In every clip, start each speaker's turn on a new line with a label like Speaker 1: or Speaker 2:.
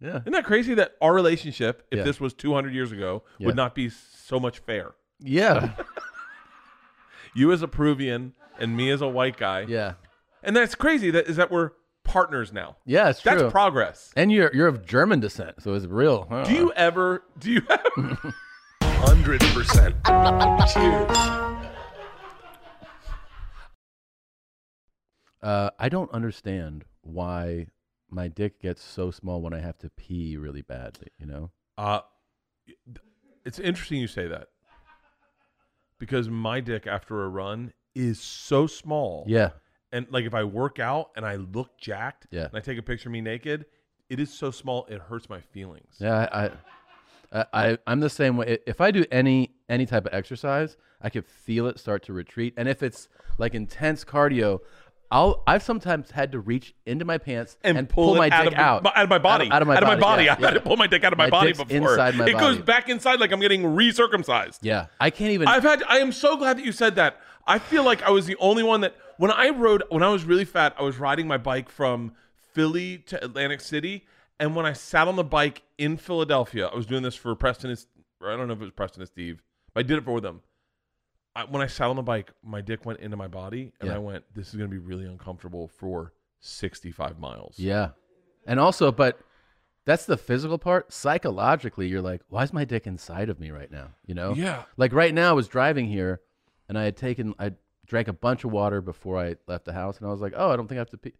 Speaker 1: Yeah.
Speaker 2: Isn't that crazy that our relationship, if
Speaker 1: Yeah.
Speaker 2: this was 200 years ago,
Speaker 1: Yeah.
Speaker 2: would not be so much fair?
Speaker 1: Yeah.
Speaker 2: You as a Peruvian and me as a white guy.
Speaker 1: Yeah.
Speaker 2: And that's crazy that is that we're partners now.
Speaker 1: Yeah, it's true.
Speaker 2: That's progress.
Speaker 1: and you're you're of German descent, so it's real. huh?
Speaker 2: Do you ever do you ever
Speaker 3: 100%.
Speaker 1: Uh, I don't understand why my dick gets so small when I have to pee really badly. You know?
Speaker 2: Uh, it's interesting you say that because my dick after a run is so small.
Speaker 1: Yeah.
Speaker 2: And like if I work out and I look jacked
Speaker 1: Yeah.
Speaker 2: and I take a picture of me naked, it is so small it hurts my feelings.
Speaker 1: Yeah. I, I, I- I I'm the same way. If I do any any type of exercise, I can feel it start to retreat. And if it's like intense cardio. I'll, I've sometimes had to reach into my pants and, pull,
Speaker 2: it
Speaker 1: my
Speaker 2: out
Speaker 1: dick
Speaker 2: of,
Speaker 1: out,
Speaker 2: my- out of my body,
Speaker 1: out, of my body. yeah,
Speaker 2: I've had to
Speaker 1: yeah.
Speaker 2: pull my dick out of my,
Speaker 1: My
Speaker 2: body
Speaker 1: dick's
Speaker 2: before.
Speaker 1: inside my
Speaker 2: it goes
Speaker 1: body.
Speaker 2: back inside like I'm getting recircumcised.
Speaker 1: Yeah, I can't even.
Speaker 2: I've had. I am so glad that you said that. I feel like I was the only one that when I rode when I was really fat, I was riding my bike from Philly to Atlantic City, and when I sat on the bike in Philadelphia, I was doing this for Preston. And, or I don't know if it was Preston and Steve, but I did it for them. I, when I sat on the bike, my dick went into my body, and
Speaker 1: Yeah.
Speaker 2: I went, "This is going to be really uncomfortable for 65 miles."
Speaker 1: Yeah. And also, but that's the physical part. Psychologically, you're like, why is my dick inside of me right now? You know?
Speaker 2: Yeah.
Speaker 1: Like right now, I was driving here and I had taken, I drank a bunch of water before I left the house and I was like, oh, I don't think I have to pee.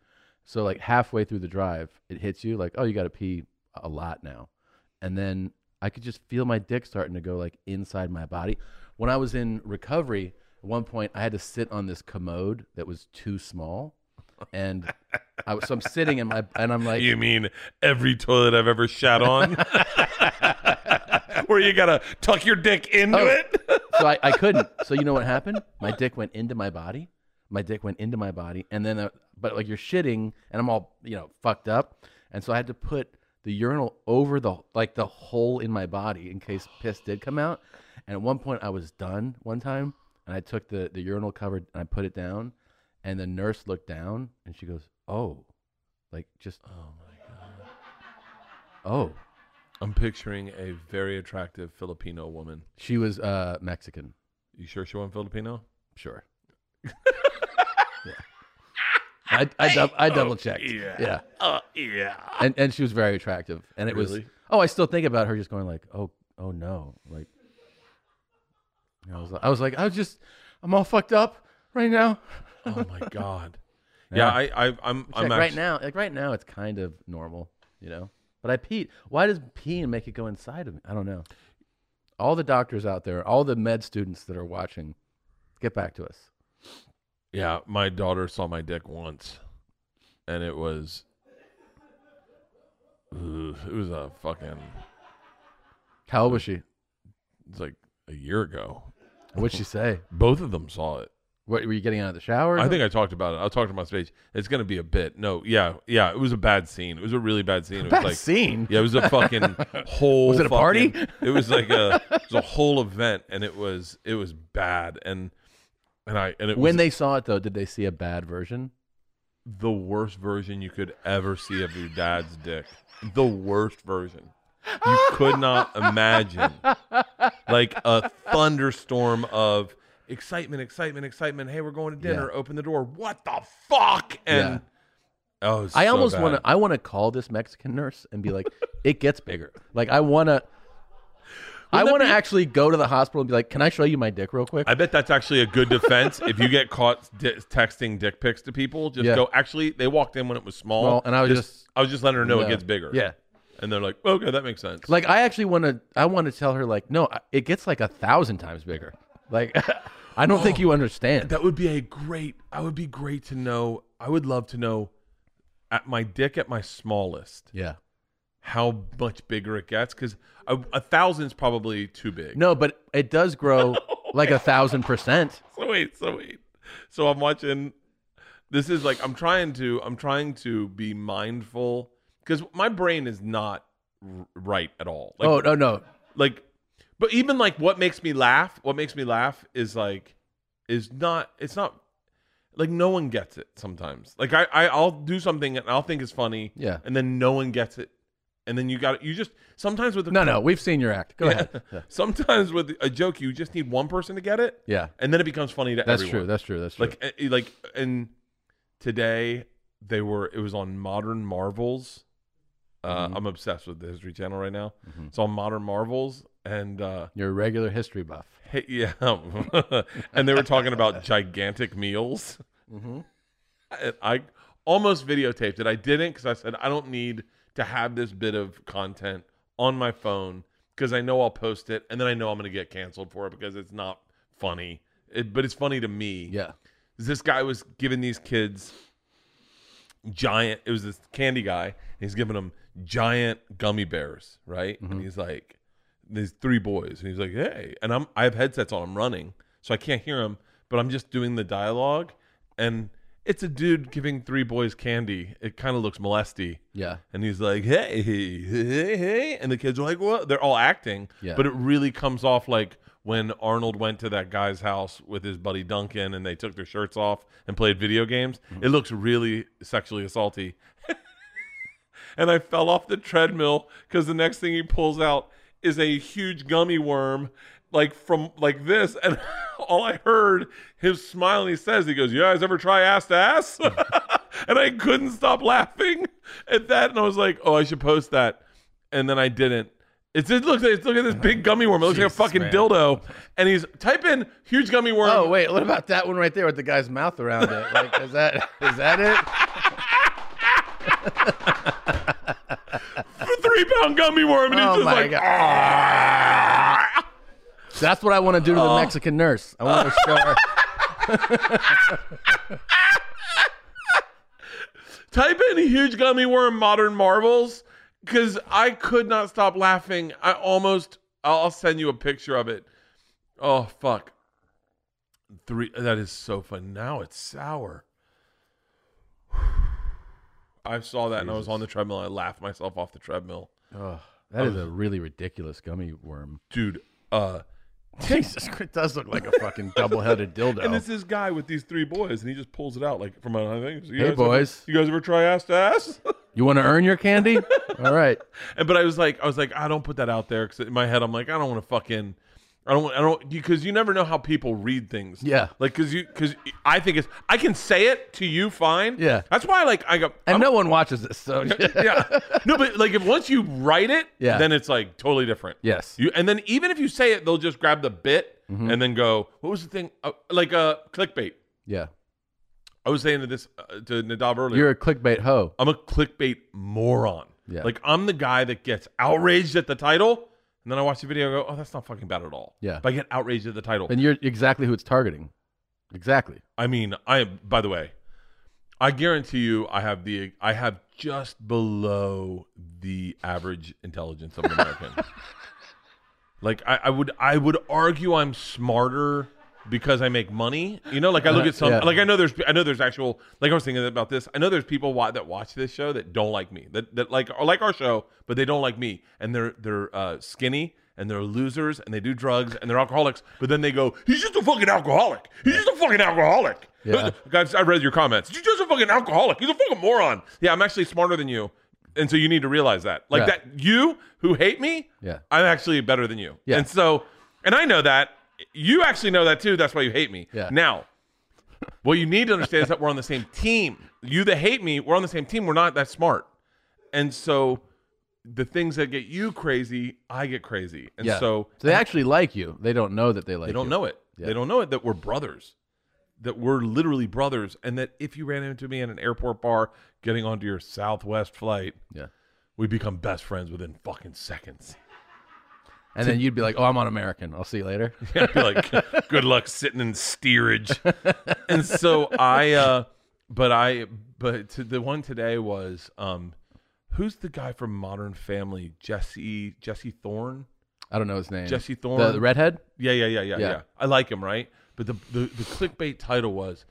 Speaker 1: So, like halfway through the drive, it hits you like, oh, you got to pee a lot now. And then I could just feel my dick starting to go like inside my body. When I was in recovery, at one point, I had to sit on this commode that was too small. And I, was- so I'm sitting in my, and I'm like,
Speaker 2: You mean every toilet I've ever shat on? Where you gotta tuck your dick into
Speaker 1: Oh.
Speaker 2: it?
Speaker 1: so I, I couldn't. So you know what happened? My dick went into my body. My dick went into my body, and then, uh, but like you're shitting, and I'm all you know fucked up, and so I had to put the urinal over the like the hole in my body in case piss did come out. And at one point, I was done one time, and I took the the urinal cover and I put it down, and the nurse looked down and she goes, "Oh, like just oh my god, oh."
Speaker 2: I'm picturing a very attractive Filipino woman.
Speaker 1: She was uh, Mexican,
Speaker 2: You sure she wasn't Filipino?
Speaker 1: Sure. yeah. I I, dou- I double checked. yeah.
Speaker 2: Uh, Oh, yeah.
Speaker 1: And and she was very attractive. And it was
Speaker 2: Really?
Speaker 1: oh, I still think about her just going like, oh oh no, like. And I was like, I was like, I was just, I'm all fucked up right now.
Speaker 2: Oh my god. Yeah, I, I, I'm, I'm
Speaker 1: Check,
Speaker 2: actually,
Speaker 1: right now, like right now, it's kind of normal, you know. But I peed. Why does peeing make it go inside of me? I don't know. All the doctors out there, all the med students that are watching, get back to us.
Speaker 2: Yeah, my daughter saw my dick once, and it was, Ugh, it was a fucking,
Speaker 1: How old was she?
Speaker 2: it's like a year ago.
Speaker 1: What'd she say?
Speaker 2: Both of them saw it.
Speaker 1: What were you getting out of the shower? or
Speaker 2: I think I talked about it. I'll talk to my stage. It's gonna be a bit. No, yeah, yeah. It was a bad scene. It was a really bad scene. It was
Speaker 1: Bad
Speaker 2: like
Speaker 1: scene?
Speaker 2: Yeah, it was a fucking whole.
Speaker 1: Was it a
Speaker 2: fucking-
Speaker 1: party?
Speaker 2: It was like a it was a whole event, and it was it was bad. And and I and it
Speaker 1: When
Speaker 2: was
Speaker 1: they saw it though, did they see a bad version?
Speaker 2: the worst version you could ever see of your dad's dick. The worst version. You could not imagine like a thunderstorm of excitement, excitement, excitement. Hey, we're going to dinner. Open the door. What the fuck? And oh, it was
Speaker 1: I
Speaker 2: so
Speaker 1: almost
Speaker 2: bad.
Speaker 1: want to. I want to call this Mexican nurse and be like, "It gets bigger." Like I want to. I
Speaker 2: Wouldn't that
Speaker 1: want to
Speaker 2: be-
Speaker 1: actually go to the hospital and be like, "Can I show you my dick real quick?"
Speaker 2: I bet that's actually a good defense if you get caught di- texting dick pics to people. Just
Speaker 1: Yeah.
Speaker 2: go. Actually, they walked in when it was small,
Speaker 1: Small, and I was just-
Speaker 2: I was just letting her know
Speaker 1: No.
Speaker 2: it gets bigger.
Speaker 1: Yeah.
Speaker 2: and they're like, okay, that makes sense.
Speaker 1: Like I actually want to. I want to tell her like, "No, I- it gets like a thousand times bigger." Like, I don't
Speaker 2: Oh.
Speaker 1: think you understand.
Speaker 2: That would be a great. I would be great to know. I would love to know at my dick at my smallest
Speaker 1: yeah.
Speaker 2: how much bigger it gets because a, a thousand's probably too big.
Speaker 1: No, but it does grow
Speaker 2: Oh,
Speaker 1: like a thousand percent.
Speaker 2: So wait, so wait. So I'm watching. This is like I'm trying to. I'm trying to be mindful because my brain is not r- right at all. Like,
Speaker 1: oh no no.
Speaker 2: like but even like what makes me laugh what makes me laugh is like is not it's not like no one gets it sometimes like i, I i'll do something and i'll think it's funny
Speaker 1: Yeah.
Speaker 2: and then no one gets it and then you got you just sometimes with a,
Speaker 1: No, no, we've seen your act. Go ahead. Yeah.
Speaker 2: sometimes with a joke you just need one person to get it,
Speaker 1: Yeah.
Speaker 2: and then it becomes funny to
Speaker 1: That's
Speaker 2: everyone.
Speaker 1: true. That's true. That's true.
Speaker 2: like eh, like and today they were it was on modern marvels uh
Speaker 1: Mm-hmm.
Speaker 2: i'm obsessed with the history channel right now it's on modern marvels and uh
Speaker 1: You're a regular history buff.
Speaker 2: hey, yeah and they were talking about gigantic meals And i almost videotaped it i didn't because i said i don't need to have this bit of content on my phone because i know i'll post it and then i know i'm gonna get canceled for it because it's not funny it, but it's funny to me
Speaker 1: Yeah.
Speaker 2: is this guy was giving these kids giant it was this candy guy and he's giving them giant gummy bears right and he's like these three boys and he's like hey and i'm i have headsets on i'm running so i can't hear him but i'm just doing the dialogue and it's a dude giving three boys candy it kind of looks molesty
Speaker 1: Yeah.
Speaker 2: and he's like, hey, hey, hey, hey. And the kids are like, what? They're all acting.
Speaker 1: Yeah.
Speaker 2: But it really comes off like when Arnold went to that guy's house with his buddy Duncan and they took their shirts off and played video games. It looks really sexually assaulty. and I fell off the treadmill because the next thing he pulls out is a huge gummy worm, like from like this. And all I heard him smile and he says, he goes, You guys ever try ass to ass? and I couldn't stop laughing at that. And I was like, Oh, I should post that. And then I didn't. It's, it looks like look at this big gummy worm. It looks
Speaker 1: Jesus,
Speaker 2: like a fucking
Speaker 1: man.
Speaker 2: dildo. And he's type in huge gummy worm.
Speaker 1: Oh wait, what about that one right there with the guy's mouth around it? Like, is that is that it?
Speaker 2: a three pound gummy worm. And
Speaker 1: Oh
Speaker 2: he's just
Speaker 1: my
Speaker 2: like,
Speaker 1: God.
Speaker 2: "Ah."
Speaker 1: That's what I want to do to the Mexican nurse. I want to show her.
Speaker 2: Type in huge gummy worm modern marvels because I could not stop laughing. I almost, I'll send you a picture of it. Oh, fuck. Three, that is so fun. Now it's sour. I saw that and I was on the treadmill. I laughed myself off the treadmill.
Speaker 1: Oh, that is a really ridiculous gummy worm.
Speaker 2: Dude, uh,
Speaker 1: Jesus, it does look like a fucking double-headed dildo.
Speaker 2: And it's this guy with these three boys, and he just pulls it out like from another thing. You
Speaker 1: Hey,
Speaker 2: guys ever-
Speaker 1: boys.
Speaker 2: you guys ever try ass to ass?
Speaker 1: you want to earn your candy? All right.
Speaker 2: And but I was like, I was like, I don't put that out there because in my head I'm like, I don't want to fucking, I don't, want, I don't, because you never know how people read things.
Speaker 1: Yeah.
Speaker 2: Like, cause you, cause I think it's, I can say it to you fine.
Speaker 1: Yeah.
Speaker 2: That's why, like, I go,
Speaker 1: And
Speaker 2: I'm-
Speaker 1: no one watches this, so
Speaker 2: yeah. No, but like, if once you write it,
Speaker 1: Yeah.
Speaker 2: then it's like totally different.
Speaker 1: Yes.
Speaker 2: You and then even if you say it, they'll just grab the bit
Speaker 1: Mm-hmm.
Speaker 2: and then go, what was the thing? Uh, like a uh, clickbait.
Speaker 1: yeah.
Speaker 2: I was saying to this uh, to Nadav earlier.
Speaker 1: You're a clickbait hoe.
Speaker 2: I'm a clickbait moron.
Speaker 1: Yeah.
Speaker 2: Like I'm the guy that gets outraged at the title, and then I watch the video and go, "Oh, that's not fucking bad at all."
Speaker 1: Yeah.
Speaker 2: But I get outraged at the title.
Speaker 1: And you're exactly who it's targeting. Exactly.
Speaker 2: I mean, I by the way, I guarantee you, I have the I have just below the average intelligence of an American. like I, I would I would argue I'm smarter because I make money. You know, like I look at some
Speaker 1: Yeah.
Speaker 2: like I know there's I know there's actual like I was thinking about this. I know there's people wa- that watch this show that don't like me that that like or like our show, but they don't like me, and they're they're uh, skinny. And they're losers, and they do drugs, and they're alcoholics. But then they go, "He's just a fucking alcoholic. He's just a fucking alcoholic."
Speaker 1: Yeah.
Speaker 2: Guys, I read your comments. You're just a fucking alcoholic. He's a fucking moron. Yeah, I'm actually smarter than you. And so you need to realize that. Like
Speaker 1: Yeah.
Speaker 2: that you who hate me,
Speaker 1: Yeah.
Speaker 2: I'm actually better than you.
Speaker 1: Yeah.
Speaker 2: And so and I know that. You actually know that too. That's why you hate me.
Speaker 1: Yeah.
Speaker 2: Now, what you need to understand is that we're on the same team. You that hate me, we're on the same team. We're not that smart. And so the things that get you crazy, I get crazy. And
Speaker 1: Yeah.
Speaker 2: so
Speaker 1: they actually like you. They don't know that they like
Speaker 2: they don't
Speaker 1: you.
Speaker 2: know it. They don't know it that we're brothers, that we're literally brothers, and that if you ran into me in an airport bar getting onto your Southwest flight,
Speaker 1: Yeah.
Speaker 2: we become best friends within fucking seconds.
Speaker 1: And then you'd be like, "Oh, I'm on American. I'll see you later."
Speaker 2: I'd be like, good luck sitting in steerage. and so I, uh, but I, but to, the one today was, um, who's the guy from Modern Family? Jesse, Jesse Thorne?
Speaker 1: I don't know his name.
Speaker 2: Jesse Thorne?
Speaker 1: the, the redhead.
Speaker 2: Yeah, yeah, yeah, yeah,
Speaker 1: Yeah.
Speaker 2: yeah, I like him, right? But the, the the clickbait title was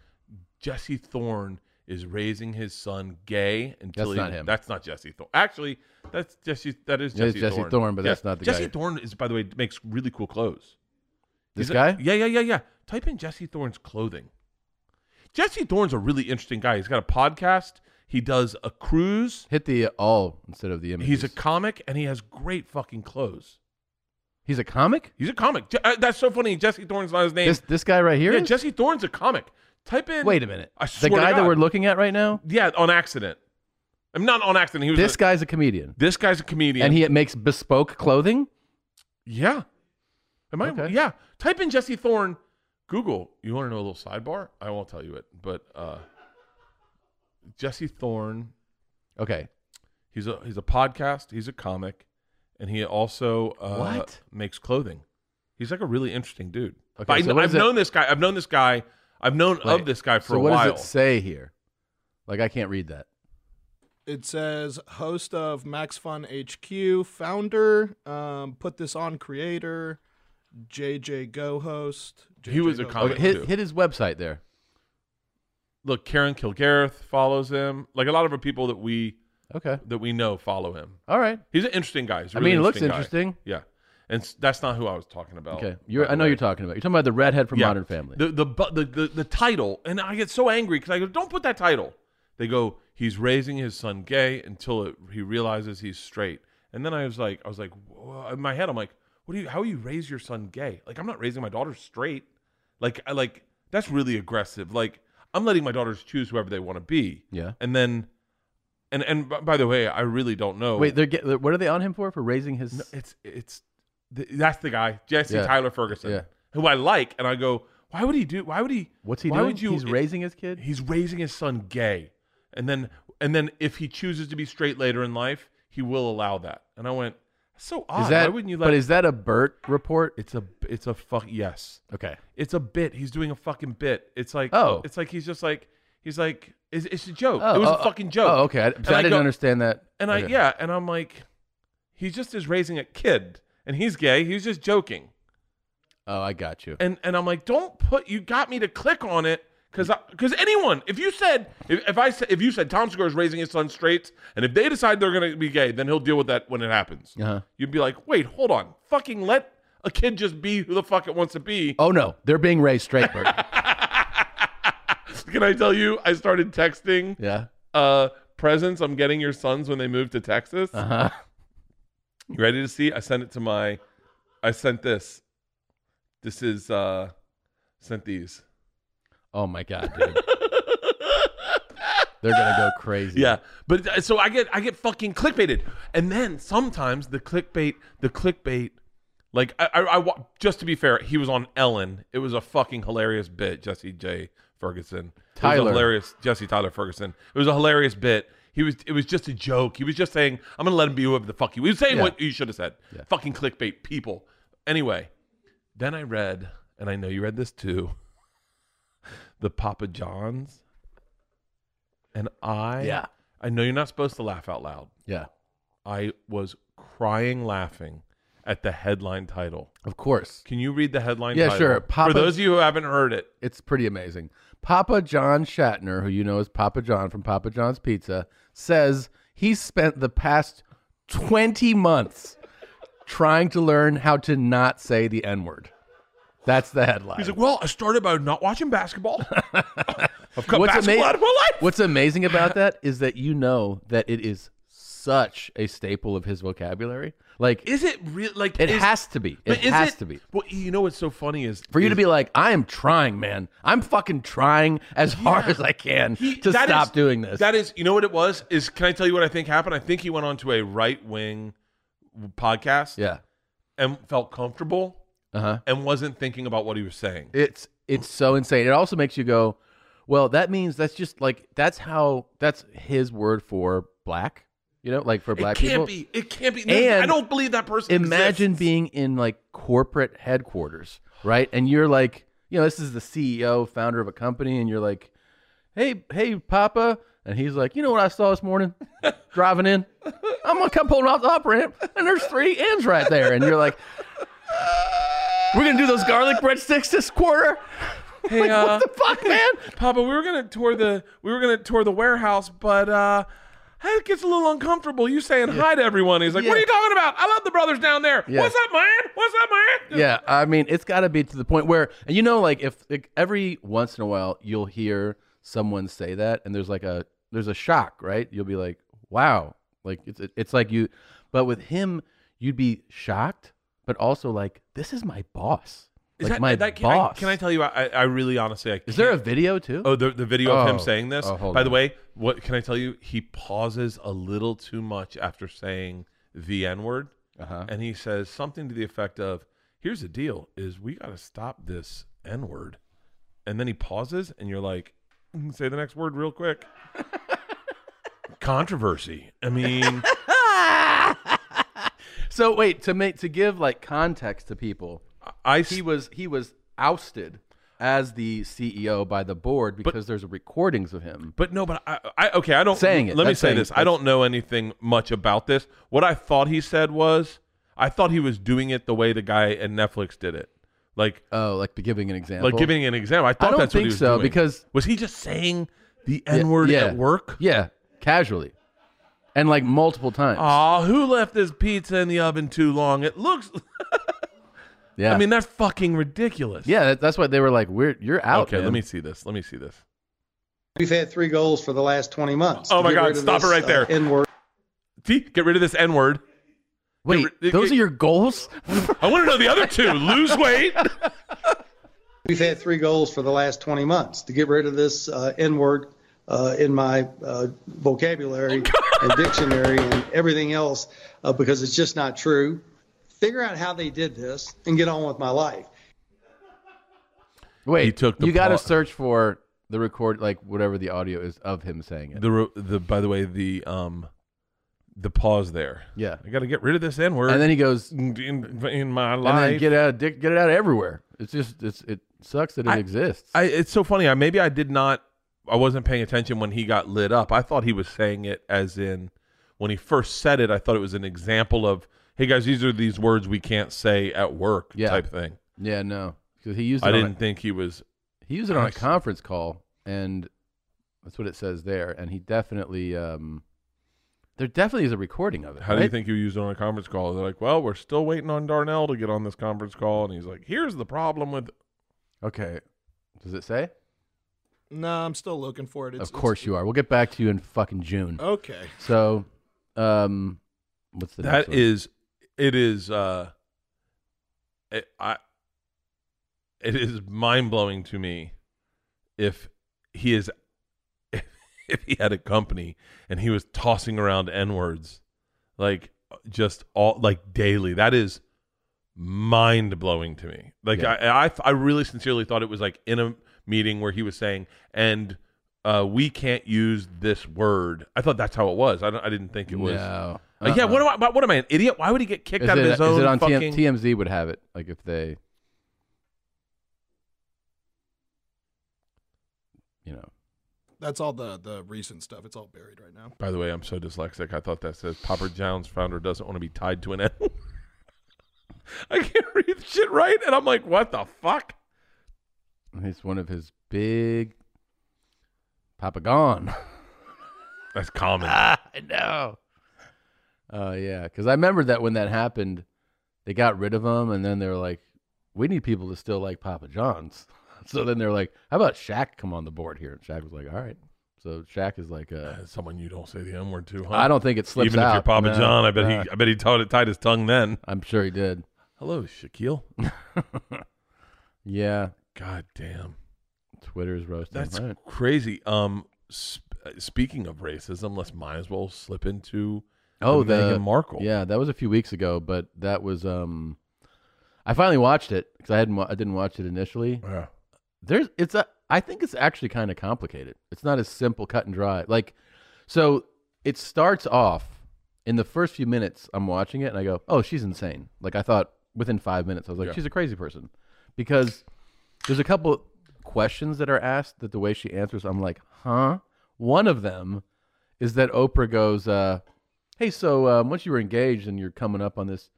Speaker 2: Jesse Thorne is raising his son gay until
Speaker 1: That's
Speaker 2: he,
Speaker 1: not him.
Speaker 2: That's not Jesse Thorne. Actually, that's Jesse. That is
Speaker 1: Yeah, it's
Speaker 2: Jesse,
Speaker 1: Jesse Thorne, but that's not the guy.
Speaker 2: Jesse Thorne is, by the way, makes really cool clothes.
Speaker 1: This
Speaker 2: He's a-
Speaker 1: guy.
Speaker 2: yeah, yeah, yeah, yeah. Type in Jesse Thorne's clothing. Jesse Thorne's a really interesting guy. He's got a podcast. He does a cruise.
Speaker 1: Hit the all instead of the images.
Speaker 2: He's a comic, and he has great fucking clothes.
Speaker 1: he's a comic.
Speaker 2: He's a comic. Je- uh, That's so funny. Jesse Thorne's not his name.
Speaker 1: This this guy right here.
Speaker 2: yeah,
Speaker 1: is?
Speaker 2: Jesse Thorne's a comic. Type in.
Speaker 1: Wait a minute.
Speaker 2: I
Speaker 1: the
Speaker 2: swear to
Speaker 1: guy that
Speaker 2: God.
Speaker 1: we're looking at right now.
Speaker 2: Yeah, on accident. I'm not on accident. He was
Speaker 1: This
Speaker 2: a-
Speaker 1: guy's a comedian,
Speaker 2: this guy's a comedian.
Speaker 1: and he makes bespoke clothing.
Speaker 2: yeah. Am I?
Speaker 1: Okay.
Speaker 2: Yeah. Type in Jesse Thorne. Google. You want to know a little sidebar? I won't tell you it, but uh, Jesse Thorne.
Speaker 1: Okay,
Speaker 2: He's a he's a podcast. He's a comic, and he also uh,
Speaker 1: What?
Speaker 2: makes clothing. He's like a really interesting dude.
Speaker 1: Okay,
Speaker 2: But I,
Speaker 1: so what
Speaker 2: I've
Speaker 1: is it-
Speaker 2: known this guy. I've known this guy. I've known of
Speaker 1: Wait,
Speaker 2: this guy for
Speaker 1: so
Speaker 2: a
Speaker 1: what
Speaker 2: while.
Speaker 1: does it say here? Like I can't read that.
Speaker 4: It says host of Max Fun HQ, founder, um, put this on creator, JJ Go host.
Speaker 2: He was a
Speaker 4: Go-
Speaker 2: comic.
Speaker 1: Okay, hit,
Speaker 2: too.
Speaker 1: hit his website there.
Speaker 2: Look, Karen Kilgareth follows him. Like a lot of our people that we
Speaker 1: Okay,
Speaker 2: that we know follow him.
Speaker 1: all right.
Speaker 2: He's an interesting guy. He's a
Speaker 1: I
Speaker 2: really
Speaker 1: mean, it looks
Speaker 2: guy.
Speaker 1: interesting.
Speaker 2: Yeah, and s- that's not who I was talking about.
Speaker 1: Okay,
Speaker 2: by
Speaker 1: you're, I
Speaker 2: the
Speaker 1: know
Speaker 2: way.
Speaker 1: you're talking about. You're talking about the redhead from
Speaker 2: Yeah.
Speaker 1: Modern Family.
Speaker 2: The the, bu- the the the title, and I get so angry because I go, "Don't put that title." They go, "He's raising his son gay until it, he realizes he's straight." And then I was like, I was like, wha- in my head, I'm like, "What do you? How you raise your son gay? Like, I'm not raising my daughter straight. Like, I like that's really aggressive. Like, I'm letting my daughters choose whoever they want to be.
Speaker 1: Yeah.
Speaker 2: And then, and and b- by the way, I really don't know.
Speaker 1: Wait, they're get, what are they on him for? For raising his?
Speaker 2: No, it's it's th- that's the guy Jesse
Speaker 1: Yeah.
Speaker 2: Tyler Ferguson,
Speaker 1: Yeah.
Speaker 2: who I like, and I go, why would he do? Why would he?
Speaker 1: what's he
Speaker 2: why
Speaker 1: doing?
Speaker 2: Would you,
Speaker 1: He's raising his kid.
Speaker 2: He's raising his son gay, and then and then if he chooses to be straight later in life, he will allow that. And I went, that's so odd.
Speaker 1: Is that?
Speaker 2: why wouldn't you let?
Speaker 1: but is that a Burt report?
Speaker 2: it's a it's a fuck yes.
Speaker 1: Okay.
Speaker 2: It's a bit. He's doing a fucking bit. It's like
Speaker 1: Oh.
Speaker 2: it's like he's just like he's like it's, it's a joke.
Speaker 1: Oh,
Speaker 2: it was
Speaker 1: oh,
Speaker 2: a fucking joke.
Speaker 1: Oh, okay. I, so
Speaker 2: And
Speaker 1: I,
Speaker 2: I
Speaker 1: didn't
Speaker 2: go-
Speaker 1: understand that.
Speaker 2: And I
Speaker 1: Okay.
Speaker 2: yeah, and I'm like, he just is raising a kid, and he's gay. He's just joking.
Speaker 1: Oh, I got you.
Speaker 2: and and I'm like, don't put. You got me to click on it because because anyone, if you said if, if I said if you said Tom Segura is raising his son straight, and if they decide they're gonna be gay, then he'll deal with that when it happens.
Speaker 1: Uh-huh.
Speaker 2: You'd be like, wait, hold on, fucking let a kid just be who the fuck it wants to be.
Speaker 1: Oh no, they're being raised straight. Bert.
Speaker 2: Can I tell you? I started texting
Speaker 1: yeah.
Speaker 2: uh presents I'm getting your sons when they move to Texas.
Speaker 1: Uh huh.
Speaker 2: You ready to see? I sent it to my. I sent this. This is uh sent these.
Speaker 1: Oh my god, dude. they're gonna go crazy.
Speaker 2: Yeah, but uh, so I get I get fucking clickbaited, and then sometimes the clickbait, the clickbait, like I, I, I wa- just to be fair, he was on Ellen. It was a fucking hilarious bit, Jesse J. Ferguson. It was a
Speaker 1: Tyler.
Speaker 2: hilarious Jesse Tyler Ferguson. It was a hilarious bit. He was it was just a joke. He was just saying, "I'm gonna let him be whoever the fuck he." He was saying
Speaker 1: Yeah.
Speaker 2: what you should have said. Fucking clickbait people. Anyway, then I read, and I know you read this too. The Papa Johns. And I
Speaker 1: Yeah.
Speaker 2: I know you're not supposed to laugh out loud.
Speaker 1: Yeah.
Speaker 2: I was crying laughing at the headline title.
Speaker 1: Of course.
Speaker 2: Can you read the headline
Speaker 1: Yeah,
Speaker 2: title?
Speaker 1: sure. Papa-
Speaker 2: For those of you who haven't heard it,
Speaker 1: It's pretty amazing. Papa John Shatner, who you know as Papa John from Papa John's Pizza, says he spent the past 20 months trying to learn how to not say the N word. That's the headline.
Speaker 2: he's like, Well, I started by not watching basketball. I've cut
Speaker 1: What's
Speaker 2: basketball
Speaker 1: ama-
Speaker 2: out of my life.
Speaker 1: What's amazing about that is that you know that it is such a staple of his vocabulary. Like,
Speaker 2: Is it real like
Speaker 1: it
Speaker 2: is-
Speaker 1: has to be. It
Speaker 2: but is
Speaker 1: has to be.
Speaker 2: Well, you know what's so funny is
Speaker 1: For you to
Speaker 2: is-
Speaker 1: be like, I am trying, man. I'm fucking trying as hard as I can
Speaker 2: He-
Speaker 1: to
Speaker 2: that
Speaker 1: stop
Speaker 2: is-
Speaker 1: doing this.
Speaker 2: That is, you know what it was? Is can I tell you what I think happened? I think he went on to a right wing podcast
Speaker 1: yeah.
Speaker 2: and felt comfortable
Speaker 1: Uh huh.
Speaker 2: and wasn't thinking about what he was saying.
Speaker 1: It's it's so insane. It also makes you go, well, that means that's just like that's how that's his word for black. You know, like for black
Speaker 2: it can't
Speaker 1: people.
Speaker 2: be. It can't be.
Speaker 1: And
Speaker 2: I don't believe that person.
Speaker 1: Imagine
Speaker 2: exists.
Speaker 1: being in like corporate headquarters, right? And you're like, you know, this is the CEO, founder of a company, and you're like, hey, hey, Papa. And he's like, you know what I saw this morning driving in? I'm gonna come pulling off the up ramp, and there's three ends right there. And you're like, we're gonna do those garlic breadsticks this quarter.
Speaker 2: Hey,
Speaker 1: Like,
Speaker 2: uh,
Speaker 1: what the fuck, man?
Speaker 2: Papa, we were gonna tour the we were gonna tour the warehouse, but uh, it gets a little uncomfortable. You saying hi to everyone. He's like, "What are you
Speaker 1: Yeah.
Speaker 2: talking about? I love the brothers down there.
Speaker 1: Yeah.
Speaker 2: What's up, man? What's up, man?"
Speaker 1: yeah, I mean, it's got to be to the point where, and you know, like if like, every once in a while you'll hear someone say that, and there's like a there's a shock, right? You'll be like, wow, like it's it's like you, but with him, you'd be shocked, but also like, this is my boss,
Speaker 2: Is
Speaker 1: like
Speaker 2: that,
Speaker 1: my
Speaker 2: that, can, I,
Speaker 1: boss.
Speaker 2: can I tell you? I, I really honestly, I
Speaker 1: Is there a
Speaker 2: can't-
Speaker 1: video too?
Speaker 2: Oh, the, the video of him
Speaker 1: Oh.
Speaker 2: saying this.
Speaker 1: Oh, hold
Speaker 2: By the
Speaker 1: on.
Speaker 2: way, what can I tell you? He pauses a little too much after saying the N word,
Speaker 1: uh-huh.
Speaker 2: and he says something to the effect of, "Here's the deal: is we got to stop this N word." And then he pauses, and you're like, "Mm, "Say the next word real quick." Controversy. I mean,
Speaker 1: So wait to make to give like context to people,
Speaker 2: I
Speaker 1: he was he was ousted as the CEO by the board because there's recordings of him.
Speaker 2: But no, but I, I okay, I don't
Speaker 1: Saying it,
Speaker 2: Let me
Speaker 1: that's
Speaker 2: say
Speaker 1: saying
Speaker 2: this:
Speaker 1: it.
Speaker 2: I don't know anything much about this. What I thought he said was, I thought he was doing it the way the guy at Netflix did it, like
Speaker 1: Oh, like giving an example.
Speaker 2: like giving an example. I thought
Speaker 1: I don't
Speaker 2: that's what he
Speaker 1: think
Speaker 2: was
Speaker 1: so
Speaker 2: doing.
Speaker 1: because
Speaker 2: was he just saying the N word
Speaker 1: yeah.
Speaker 2: at work?
Speaker 1: yeah, casually, and like multiple times.
Speaker 2: Aw, who left this pizza in the oven too long? It looks.
Speaker 1: yeah,
Speaker 2: I mean, that's fucking ridiculous.
Speaker 1: yeah, that, that's why they were like, "We're you're out."
Speaker 2: Okay,
Speaker 1: man."
Speaker 2: let me see this. Let me see this.
Speaker 5: We've had three goals for the last 20 months.
Speaker 2: Oh
Speaker 5: to
Speaker 2: my
Speaker 5: get
Speaker 2: God,
Speaker 5: rid of
Speaker 2: stop it
Speaker 5: this,
Speaker 2: right there.
Speaker 5: Uh, N-word.
Speaker 2: See, get rid of this N word.
Speaker 1: wait.
Speaker 2: rid-
Speaker 1: those are your goals?
Speaker 2: I want to know the other two. Lose weight.
Speaker 5: We've had three goals for the last 20 months to get rid of this uh, N-word uh, in my uh,
Speaker 2: Oh
Speaker 5: vocabulary and dictionary and everything else uh, because it's just not true. Figure out how they did this and get on with my life.
Speaker 1: wait,
Speaker 2: He took the
Speaker 1: you got to
Speaker 2: pause.
Speaker 1: search for the record, like whatever the audio is of him saying it.
Speaker 2: the ro- the by the way the um the pause there.
Speaker 1: Yeah.
Speaker 2: I got to get rid of this N word.
Speaker 1: and then he goes,
Speaker 2: in, in my
Speaker 1: and
Speaker 2: life,
Speaker 1: then get out, dick, get it out everywhere. It's just it's it sucks that it
Speaker 2: I-
Speaker 1: exists.
Speaker 2: I, it's so funny. I maybe I did not. I wasn't paying attention when he got lit up. I thought he was saying it as in when he first said it. I thought it was an example of hey guys, these are these words we can't say at work
Speaker 1: Yeah.
Speaker 2: type thing.
Speaker 1: yeah, no, because he used it
Speaker 2: I
Speaker 1: on a-
Speaker 2: didn't think he was.
Speaker 1: He used it on a
Speaker 2: Nice.
Speaker 1: conference call, and that's what it says there. And he definitely, um, there definitely is a recording of it.
Speaker 2: How do you
Speaker 1: right?
Speaker 2: think he used it on a conference call? They're like, well, we're still waiting on Darnell to get on this conference call, and he's like, here's the problem with.
Speaker 1: Okay, does it say?
Speaker 4: No, I'm still looking for it. It's,
Speaker 1: of course you are. We'll get back to you in fucking June.
Speaker 4: It's,
Speaker 2: Oh.
Speaker 4: okay.
Speaker 1: So, um, what's the
Speaker 2: That
Speaker 1: next one?
Speaker 2: is, it is, uh, it, I, it is mind blowing to me if he is, if, he had a company and he was tossing around N words like just all like daily. That is mind blowing to me. Like
Speaker 1: Yeah.
Speaker 2: I, I, I really sincerely thought it was like in a meeting where he was saying, and, uh, we can't use this word. I thought that's how it was. I, don't, I didn't think it was.
Speaker 1: no.
Speaker 2: Uh, yeah,
Speaker 1: Uh-uh.
Speaker 2: what am I? What am I, an idiot? Why would he get kicked
Speaker 1: Is
Speaker 2: out of
Speaker 1: it-
Speaker 2: his own
Speaker 1: Is it on TM
Speaker 2: fucking?
Speaker 1: TMZ? Would have it like if they, you know,
Speaker 4: That's all the the recent stuff. It's all buried right now.
Speaker 2: By the way, I'm so dyslexic. I thought that says Papa John's founder doesn't want to be tied to an N. I can't read the shit right, and I'm like, what the fuck?
Speaker 1: it's one of his big. Papa gone.
Speaker 2: That's common.
Speaker 1: I know. Oh yeah, because I remember that when that happened, they got rid of him, and then they were like, "We need people to still like Papa John's." So then they're like, "How about Shaq come on the board here?" And Shaq was like, "All right." So Shaq is like, uh,
Speaker 2: That's Someone you don't say the N word to, huh?
Speaker 1: "I don't think it slips
Speaker 2: Uh, Even if
Speaker 1: out."
Speaker 2: you're Papa
Speaker 1: No,
Speaker 2: John, I bet
Speaker 1: no.
Speaker 2: he, I bet he taught it, tied his tongue then.
Speaker 1: I'm sure he did.
Speaker 2: Hello, Shaquille.
Speaker 1: Yeah,
Speaker 2: God damn,
Speaker 1: Twitter's roasting.
Speaker 2: that's
Speaker 1: right.
Speaker 2: crazy. Um, sp- uh, speaking of racism, let's might as well slip into
Speaker 1: Oh,
Speaker 2: the
Speaker 1: the
Speaker 2: Meghan Markle.
Speaker 1: Yeah, that was a few weeks ago, but that was um, I finally watched it because I hadn't wa- I didn't watch it initially.
Speaker 2: Yeah.
Speaker 1: there's it's a I think it's actually kind of complicated. It's not as simple cut and dry. Like so it starts off in the first few minutes I'm watching it and I go, "Oh, she's insane." Like I thought within 5 minutes I was like,
Speaker 2: Yeah.
Speaker 1: "She's a crazy person." Because there's a couple questions that are asked that the way she answers I'm like, "Huh?" One of them is that Oprah goes, uh, "Hey, so um, once you were engaged and you're coming up on this,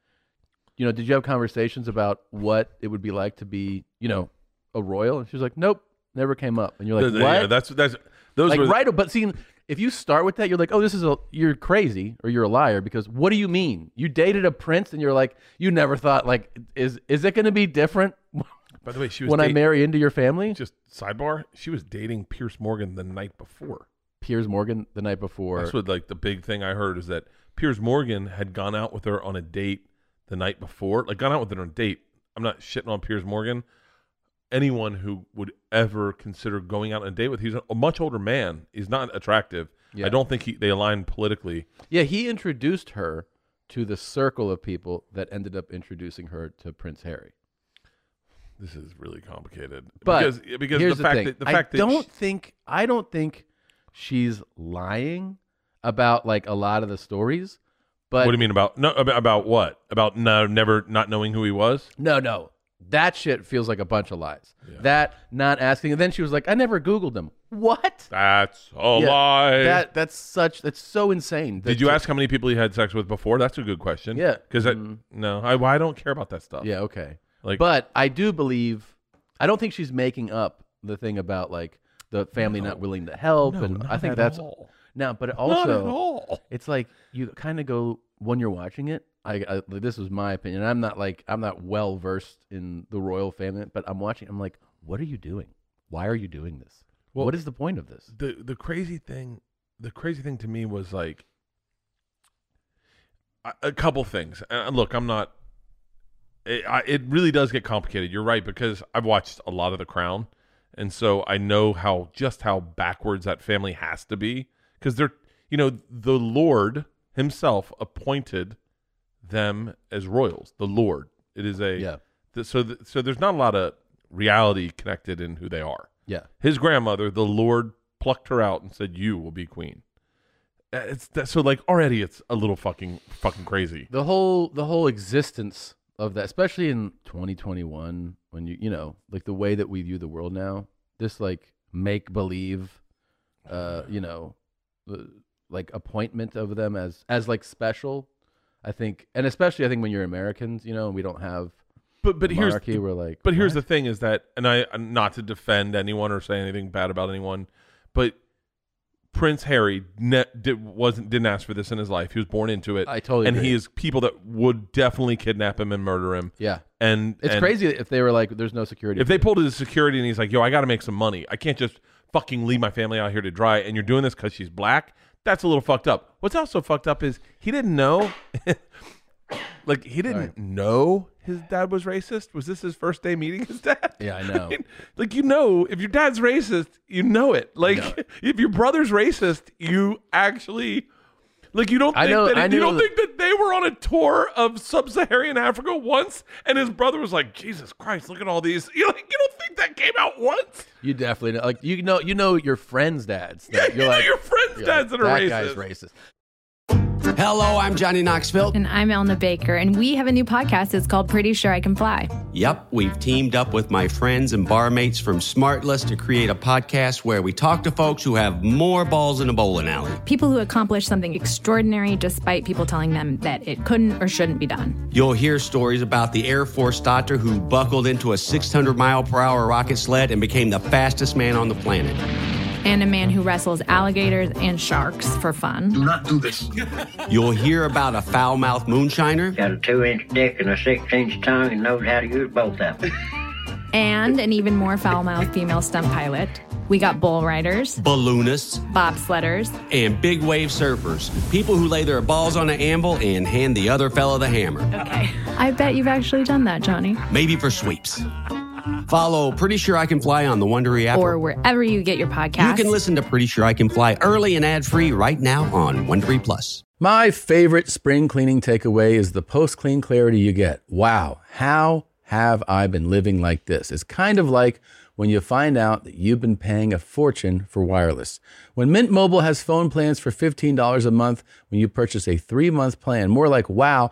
Speaker 1: you know, did you have conversations about what it would be like to be, you know, a royal?" And she was like, "Nope, never came up." And you're like,
Speaker 2: Th-
Speaker 1: "What?"
Speaker 2: th- yeah, that's that's those
Speaker 1: like
Speaker 2: were
Speaker 1: right, but see, if you start with that, you're like, "Oh, this is a you're crazy or you're a liar," because what do you mean? You dated a prince, and you're like, you never thought like, is is it going to be different
Speaker 2: By the way, she was
Speaker 1: when I
Speaker 2: date-
Speaker 1: marry into your family?
Speaker 2: just sidebar. She was dating Pierce Morgan the night before.
Speaker 1: Piers Morgan the night before.
Speaker 2: That's what like the big thing I heard is that Piers Morgan had gone out with her on a date the night before, like gone out with her on a date. I'm not shitting on Piers Morgan. Anyone who would ever consider going out on a date with, he's a much older man. He's not attractive.
Speaker 1: Yeah.
Speaker 2: I don't think he, they align politically.
Speaker 1: yeah, he introduced her to the circle of people that ended up introducing her to Prince Harry.
Speaker 2: This is really complicated.
Speaker 1: But
Speaker 2: because, because
Speaker 1: here's
Speaker 2: the fact
Speaker 1: thing.
Speaker 2: that the
Speaker 1: I
Speaker 2: fact that
Speaker 1: don't
Speaker 2: she-
Speaker 1: think I don't think she's lying about like a lot of the stories. But
Speaker 2: what do you mean about no ab- about what about no never not knowing who he was?
Speaker 1: No, no. That shit feels like a bunch of lies. That not asking. And then she was like, I never Googled him. What?
Speaker 2: That's a
Speaker 1: Yeah,
Speaker 2: lie.
Speaker 1: That that's such that's so insane. that-
Speaker 2: Did you ask how many people he had sex with before? That's a good question.
Speaker 1: Yeah. Mm-hmm.
Speaker 2: because no, I, I don't care about that stuff.
Speaker 1: Yeah, okay.
Speaker 2: Like-
Speaker 1: but I do believe I don't think she's making up the thing about like the family not willing to help and I think that's no, but it
Speaker 2: not
Speaker 1: also
Speaker 2: at all.
Speaker 1: it's like you kind of go when you're watching it. I, I this was my opinion. I'm not like I'm not well versed in the royal family, but I'm watching. I'm like, what are you doing? Why are you doing this?
Speaker 2: Well-
Speaker 1: what is the point of this?
Speaker 2: The the crazy thing, the crazy thing to me was like a, a couple things. Uh, look, I'm not. It, I, it really does get complicated. You're right because I've watched a lot of The Crown, and so I know how just how backwards that family has to be because they're you know the Lord himself appointed them as royals. The Lord. It is a
Speaker 1: Yeah.
Speaker 2: th- so th- so there's not a lot of reality connected in who they are.
Speaker 1: Yeah,
Speaker 2: His grandmother, the Lord plucked her out and said, "You will be queen." Uh, It's that, so like already it's a little fucking fucking crazy.
Speaker 1: the whole the whole existence of that, especially in 2021, when you you know like the way that we view the world now, this like make believe, uh, you know, the- like appointment of them as as like special. I think, and especially I think when you're Americans, you know, and we don't have
Speaker 2: But but here's
Speaker 1: monarchy, we're like,
Speaker 2: but here's
Speaker 1: what?
Speaker 2: the thing is that and I uh, not to defend anyone or say anything bad about anyone, but Prince Harry ne- did, wasn't didn't ask for this in his life. He was born into it.
Speaker 1: I totally
Speaker 2: and
Speaker 1: agree.
Speaker 2: he is people that would definitely kidnap him and murder him.
Speaker 1: yeah.
Speaker 2: And
Speaker 1: It's
Speaker 2: and-
Speaker 1: crazy if they were like, "There's no security."
Speaker 2: If they pulled his security and he's like, "Yo, I got to make some money. I can't just fucking leave my family out here to dry." And you're doing this because she's black. That's a little fucked up. What's also fucked up is he didn't know. like he didn't know his dad was racist. Was this his first day meeting his dad?
Speaker 1: Yeah, I know.
Speaker 2: mean, like you know, if your dad's racist, you know it. Like if your brother's racist, you actually. Like you don't
Speaker 1: I
Speaker 2: think
Speaker 1: know-
Speaker 2: that
Speaker 1: I
Speaker 2: you
Speaker 1: knew
Speaker 2: don't
Speaker 1: that-
Speaker 2: think that they were on a tour of sub-Saharan Africa once, and his brother was like, "Jesus Christ, look at all these!" You like, you don't think that came out once?
Speaker 1: you definitely know, like you know you know your friends' dads.
Speaker 2: Yeah,
Speaker 1: that
Speaker 2: you know your friends'
Speaker 1: you're
Speaker 2: dads
Speaker 1: like,
Speaker 2: that are racist.
Speaker 1: that guy's racist.
Speaker 6: Hello, I'm Johnny Knoxville.
Speaker 7: And I'm Elna Baker, and we have a new podcast. It's called Pretty Sure I Can Fly.
Speaker 6: Yep, we've teamed up with my friends and barmates from Smartless to create a podcast where we talk to folks who have more balls in a bowling alley.
Speaker 7: People who accomplish something extraordinary despite people telling them that it couldn't or shouldn't be done.
Speaker 6: You'll hear stories about the Air Force doctor who buckled into a 600 mile per hour rocket sled and became the fastest man on the planet.
Speaker 7: And a man who wrestles alligators and sharks for fun.
Speaker 3: Not do this.
Speaker 6: You'll hear about a foul mouthed moonshiner
Speaker 8: Got a two inch dick and a six inch tongue and knows how to use both of them.
Speaker 7: And an even more foul mouthed female stunt pilot. We got bull riders,
Speaker 6: balloonists,
Speaker 7: bobsledders,
Speaker 6: and big wave surfers. People who lay their balls on an anvil and hand the other fella the hammer,
Speaker 7: Okay. I bet you've actually done that, Johnny.
Speaker 6: maybe for sweeps. Follow Pretty Sure I Can Fly on the Wondery app
Speaker 7: Or wherever you get your podcast.
Speaker 6: You can listen to Pretty Sure I Can Fly early and ad free right now on Wondery Plus.
Speaker 1: My favorite spring cleaning takeaway is the post clean clarity you get. Wow, how have I been living like this? It's kind of like when you find out that you've been paying a fortune for wireless. When Mint Mobile has phone plans for $15 a month when you purchase a three month plan, more like, wow,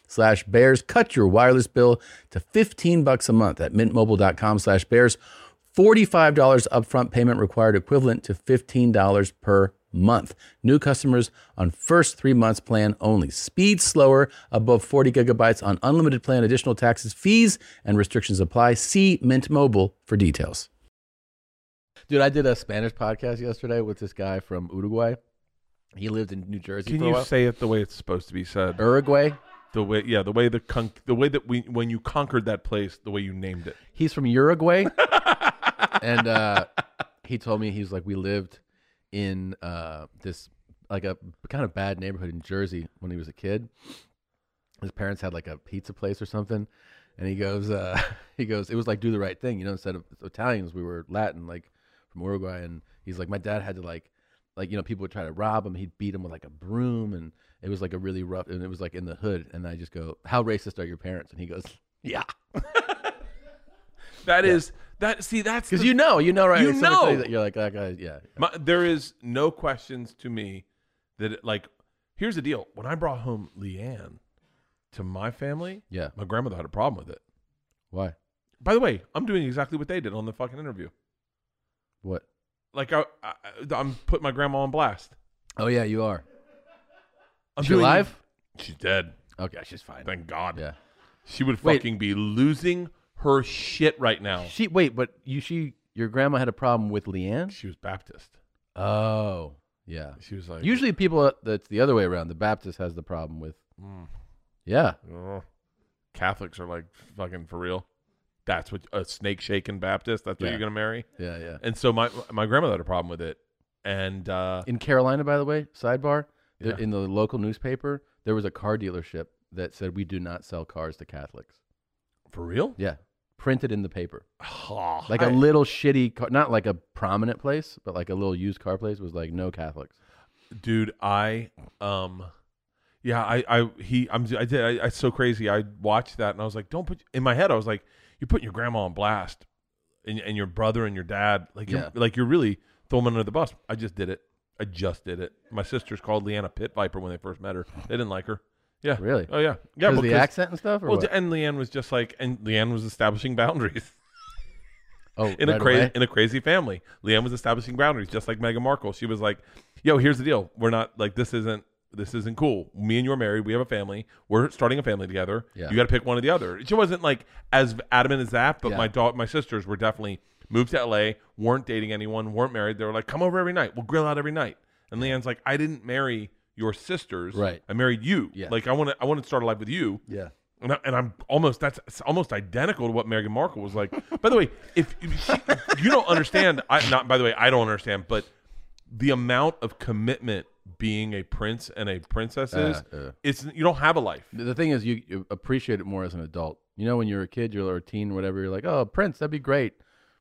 Speaker 1: slash bears. Cut your wireless bill to 15 bucks a month at mintmobile.com slash bears. $45 upfront payment required equivalent to $15 per month. New customers on first three months plan only. Speed slower above 40 gigabytes on unlimited plan. Additional taxes, fees, and restrictions apply. See Mint Mobile for details. Dude, I did a Spanish podcast yesterday with this guy from Uruguay. He lived in New Jersey
Speaker 2: Can
Speaker 1: for a
Speaker 2: you
Speaker 1: while.
Speaker 2: say it the way it's supposed to be said?
Speaker 1: Uruguay.
Speaker 2: The way, yeah, the way the con- the way that we when you conquered that place, the way you named it.
Speaker 1: he's from Uruguay, and uh, he told me he was like, we lived in uh, this like a kind of bad neighborhood in Jersey when he was a kid. His parents had like a pizza place or something, and he goes, uh, he goes, it was like do the right thing, you know. Instead of Italians, we were Latin, like from Uruguay, and he's like, my dad had to like, like you know, people would try to rob him, he'd beat him with like a broom, and it was like a really rough, and it was like in the hood, and I just go, how racist are your parents? And he goes, yeah.
Speaker 2: That is that. See, that's
Speaker 1: Because
Speaker 2: the-
Speaker 1: you know, you know, right?
Speaker 2: You
Speaker 1: If someone tells
Speaker 2: know.
Speaker 1: that you're like that guy. Yeah,
Speaker 2: My, there is no questions to me that it, like. Here's the deal: when I brought home Leanne to my family,
Speaker 1: yeah.
Speaker 2: my grandmother had a problem with it.
Speaker 1: Why?
Speaker 2: By the way, I'm doing exactly what they did on the fucking interview.
Speaker 1: What?
Speaker 2: Like I, I I'm putting my grandma on blast.
Speaker 1: Oh yeah, you are.
Speaker 2: I'm
Speaker 1: Is she
Speaker 2: doing-
Speaker 1: alive?
Speaker 2: She's dead.
Speaker 1: Okay, she's fine.
Speaker 2: Thank God.
Speaker 1: Yeah.
Speaker 2: She would
Speaker 1: Wait.
Speaker 2: fucking be losing her shit right now.
Speaker 1: She wait, but you she your grandma had a problem with Leanne.
Speaker 2: She was Baptist.
Speaker 1: Oh yeah.
Speaker 2: She was like,
Speaker 1: Usually people uh, that's the other way around. The Baptist has the problem with.
Speaker 2: Mm.
Speaker 1: Yeah.
Speaker 2: "Oh, Catholics are like fucking for real. That's what a snake shaking Baptist. That's what
Speaker 1: Yeah.
Speaker 2: you're gonna marry.
Speaker 1: Yeah. Yeah.
Speaker 2: And so my my grandmother had a problem with it, and uh,
Speaker 1: In Carolina, by the way, sidebar. there-
Speaker 2: Yeah.
Speaker 1: In the local newspaper, there was a car dealership that said we do not sell cars to Catholics.
Speaker 2: for real,
Speaker 1: Yeah. Printed in the paper.
Speaker 2: Ah,
Speaker 1: like a
Speaker 2: I-
Speaker 1: little shitty car, not like a prominent place, but like a little used car place was like no Catholics.
Speaker 2: dude. I um, yeah, I I he I'm I did I, I so crazy. I watched that and I was like, don't put in my head. I was like, you're putting your grandma on blast, and and your brother and your dad like you're,
Speaker 1: Yeah.
Speaker 2: like you're really throwing them under the bus. I just did it. I just did it. My sisters called Leanna Pit Viper when they first met her. They didn't like her. Yeah.
Speaker 1: Really?
Speaker 2: Oh yeah. Yeah.
Speaker 1: because the accent and stuff. Or
Speaker 2: Well,
Speaker 1: what?
Speaker 2: and Leanne was just like, and Leanne was establishing boundaries
Speaker 1: oh,
Speaker 2: in a
Speaker 1: right
Speaker 2: crazy
Speaker 1: away?
Speaker 2: in a crazy family. Leanne was establishing boundaries, just like Meghan Markle. She was like, "Yo, here's the deal. We're not like this isn't this isn't cool. Me and you are married. We have a family. We're starting a family together.
Speaker 1: Yeah.
Speaker 2: You got to pick one or the other." She wasn't like as adamant as that, but
Speaker 1: Yeah.
Speaker 2: my daughter, my sisters were definitely moved to LA, weren't dating anyone, weren't married. They were like, "Come over every night. We'll grill out every night." And Leanne's like, "I didn't marry your sisters.
Speaker 1: Right.
Speaker 2: I married you.
Speaker 1: Yeah.
Speaker 2: Like I want to I want to start a life with you."
Speaker 1: yeah.
Speaker 2: And, I, and I'm almost that's it's almost identical to what Meghan Markle was like. by the way, if, if she- you don't understand, I not by the way, I don't understand, but the amount of commitment being a prince and a princess is,
Speaker 1: Uh, uh.
Speaker 2: it's you don't have a life.
Speaker 1: The the thing is, you, you appreciate it more as an adult. You know, when you're a kid, you're or a teen, whatever. You're like, oh, Prince, that'd be great.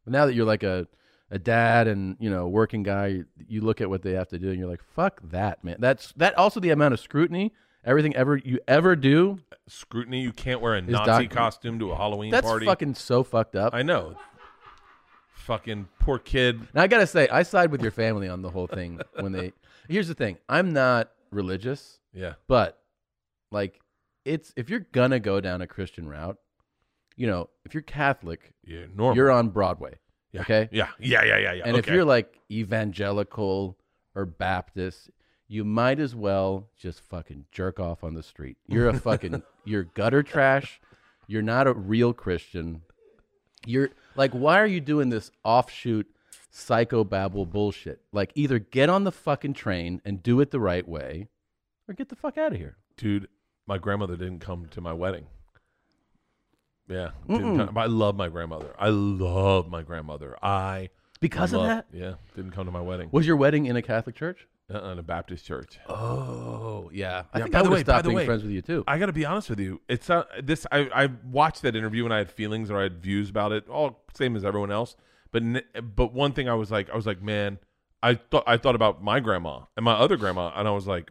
Speaker 1: But now that you're like a a dad and you know a working guy, you, you look at what they have to do, and you're like, fuck that, man. That's that. Also, the amount of scrutiny, everything ever you ever do,
Speaker 2: Scrutiny. You can't wear a Nazi
Speaker 1: doc-
Speaker 2: costume to a Halloween
Speaker 1: that's
Speaker 2: party.
Speaker 1: fucking so fucked up.
Speaker 2: I know. Fucking poor kid.
Speaker 1: Now I gotta say, I side with your family on the whole thing. When they, here's the thing: I'm not religious,
Speaker 2: Yeah.
Speaker 1: but like, it's if you're gonna go down a Christian route, you know, if you're Catholic,
Speaker 2: Yeah. Normal.
Speaker 1: you're on Broadway,
Speaker 2: yeah.
Speaker 1: okay?
Speaker 2: Yeah. Yeah. Yeah. Yeah. yeah.
Speaker 1: and
Speaker 2: Okay.
Speaker 1: if you're like evangelical or Baptist, you might as well just fucking jerk off on the street. You're a fucking you're gutter trash. You're not a real Christian. You're like, why are you doing this offshoot psychobabble bullshit? Like, either get on the fucking train and do it the right way, or get the fuck out of here.
Speaker 2: dude, my grandmother didn't come to my wedding. Yeah, didn't come- I love my grandmother. I love my grandmother. I
Speaker 1: Because of
Speaker 2: love-
Speaker 1: that,
Speaker 2: Yeah, didn't come to my wedding.
Speaker 1: was your wedding in a Catholic church?
Speaker 2: Uh-uh, in a Baptist church.
Speaker 1: Oh yeah. I
Speaker 2: Yeah,
Speaker 1: think
Speaker 2: by
Speaker 1: I
Speaker 2: the
Speaker 1: would
Speaker 2: way,
Speaker 1: have
Speaker 2: by
Speaker 1: stopped
Speaker 2: the
Speaker 1: being
Speaker 2: way,
Speaker 1: friends with you too.
Speaker 2: I got to be honest with you. It's uh, this. I, I watched that interview and I had feelings or I had views about it, all same as everyone else. But n- but one thing I was like, I was like, man, I thought I thought about my grandma and my other grandma, and I was like,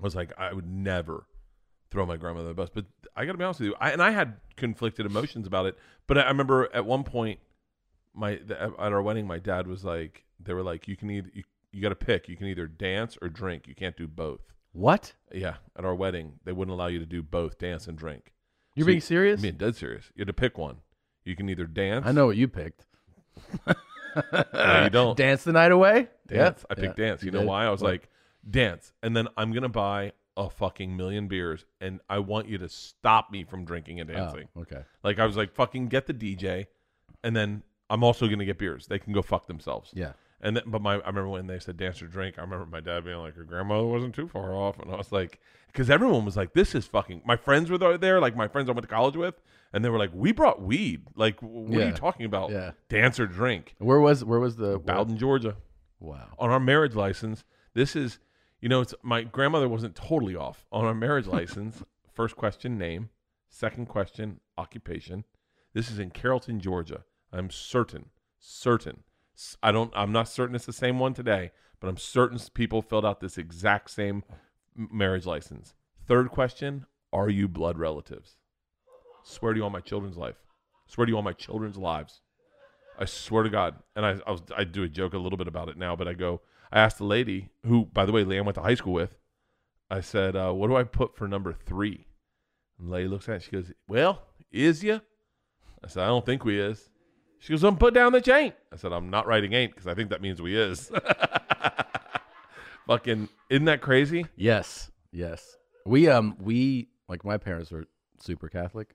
Speaker 2: I was like, I would never throw my grandmother under the bus. But I got to be honest with you, I, and I had conflicted emotions about it. But I, I remember at one point, my the, at our wedding, my dad was like, they were like, you can either you, you got to pick, you can either dance or drink, you can't do both.
Speaker 1: what?
Speaker 2: Yeah, at our wedding, they wouldn't allow you to do both dance and drink.
Speaker 1: You're
Speaker 2: So
Speaker 1: being
Speaker 2: you-
Speaker 1: serious?
Speaker 2: I'm being dead serious. You had to pick one. You can either dance.
Speaker 1: I know what you picked.
Speaker 2: No, you don't.
Speaker 1: Dance the night away?
Speaker 2: Dance.
Speaker 1: Yeah,
Speaker 2: I picked
Speaker 1: yeah,
Speaker 2: dance. You,
Speaker 1: you
Speaker 2: know
Speaker 1: did.
Speaker 2: why? I was
Speaker 1: What?
Speaker 2: like, dance. And then I'm gonna buy a fucking million beers, and I want you to stop me from drinking and
Speaker 1: Oh,
Speaker 2: dancing.
Speaker 1: okay.
Speaker 2: Like I was like, fucking get the DJ, and then I'm also gonna get beers. They can go fuck themselves.
Speaker 1: Yeah.
Speaker 2: And then, but my, I remember when they said dance or drink. I remember my dad being like, "Your grandmother wasn't too far off," and I was like, "Because everyone was like, this is fucking." My friends were there- there, like my friends I went to college with, and they were like, "We brought weed. Like, w- what are
Speaker 1: Yeah.
Speaker 2: you talking about?
Speaker 1: Yeah.
Speaker 2: Dance or drink?"
Speaker 1: Where was where was the
Speaker 2: Bowden, Georgia,
Speaker 1: Wow.
Speaker 2: on our marriage license. This is, you know, it's my grandmother wasn't totally off on our marriage license. First question, name. Second question, occupation. This is in Carrollton, Georgia. I'm certain, certain. S- I don't. I'm not certain it's the same one today, but I'm certain s- people filled out this exact same m- marriage license. Third question: Are you blood relatives? Swear to you on my children's life. Swear to you on my children's lives. I swear to God. And I, I was I do a joke a little bit about it now, but I go. I asked the lady who, by the way, Leanne went to high school with. I said, uh, "What do I put for number three? And the lady looks at it. She goes, "Well, is you?" I said, "I don't think we is." She goes, "I'm put down that you ain't." I said, "I'm not writing ain't because I think that means we is." Fucking, isn't that crazy?
Speaker 1: Yes. Yes. We um we like my parents were super Catholic,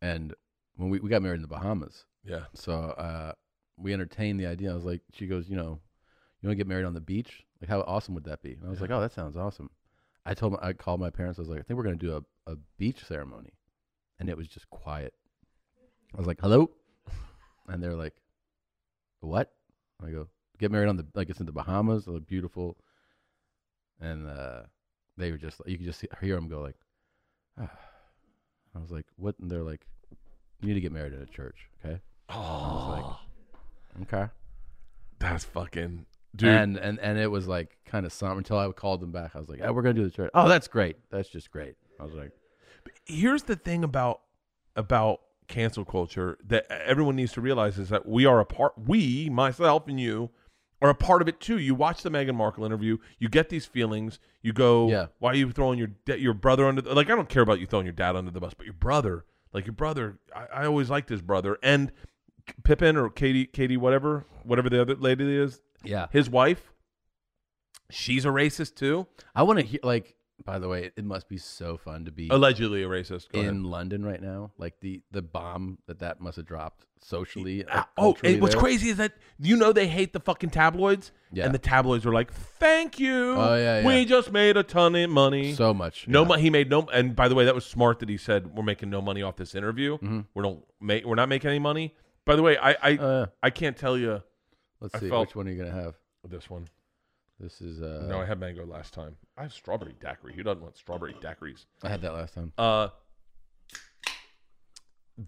Speaker 1: and when we, we got married in the Bahamas,
Speaker 2: Yeah.
Speaker 1: so uh, we entertained the idea. I was like, she goes, you know, you want to get married on the beach? Like, how awesome would that be? And I was like, oh, that sounds awesome. I told, my, I called my parents. I was like, I think we're gonna do a, a beach ceremony, and it was just quiet. I was like, hello, and they're like, what? I go, get married on the like it's in the Bahamas. They look beautiful, and uh, they were just you could just see, hear them go like, ah. I was like, what? And they're like, you need to get married in a church, okay?
Speaker 2: Oh,
Speaker 1: Okay.
Speaker 2: that's fucking dude.
Speaker 1: And and and it was like kind of somber until I called them back. I was like, oh, "We're gonna do the church." Oh, that's great. That's just great. I was like,
Speaker 2: here's the thing about about cancel culture that everyone needs to realize is that we are a part we myself and you are a part of it too you watch the Meghan Markle interview you get these feelings you go
Speaker 1: Yeah.
Speaker 2: why are you throwing your da- your brother under the, like I don't care about you throwing your dad under the bus but your brother like your brother I, I always liked his brother and Pippin or Katie Katie whatever whatever the other lady is
Speaker 1: "Yeah,
Speaker 2: his wife she's a racist too
Speaker 1: I want to hear." Like, by the way, it, it must be so fun to be
Speaker 2: allegedly a racist Oh, Go
Speaker 1: in
Speaker 2: ahead.
Speaker 1: London right now. Like the the bomb that that must have dropped socially.
Speaker 2: Uh,
Speaker 1: like,
Speaker 2: oh,
Speaker 1: culturally
Speaker 2: and what's
Speaker 1: there.
Speaker 2: crazy is that you know they hate the fucking tabloids,
Speaker 1: Yeah.
Speaker 2: and the tabloids were like, "Thank you,
Speaker 1: Oh, yeah, yeah.
Speaker 2: we just made a ton of money."
Speaker 1: So much.
Speaker 2: no
Speaker 1: yeah.
Speaker 2: money. He made no. And by the way, that was smart that he said we're making no money off this interview. We don't make. We're not making any money. By the way, I I,
Speaker 1: Mm-hmm. Oh, yeah.
Speaker 2: I can't tell you I
Speaker 1: Let's see
Speaker 2: felt-
Speaker 1: which one are you gonna have.
Speaker 2: this one.
Speaker 1: This is. uh
Speaker 2: no, I had mango last time. I have strawberry daiquiri. Who doesn't want strawberry daiquiris?
Speaker 1: I had that last time.
Speaker 2: Uh,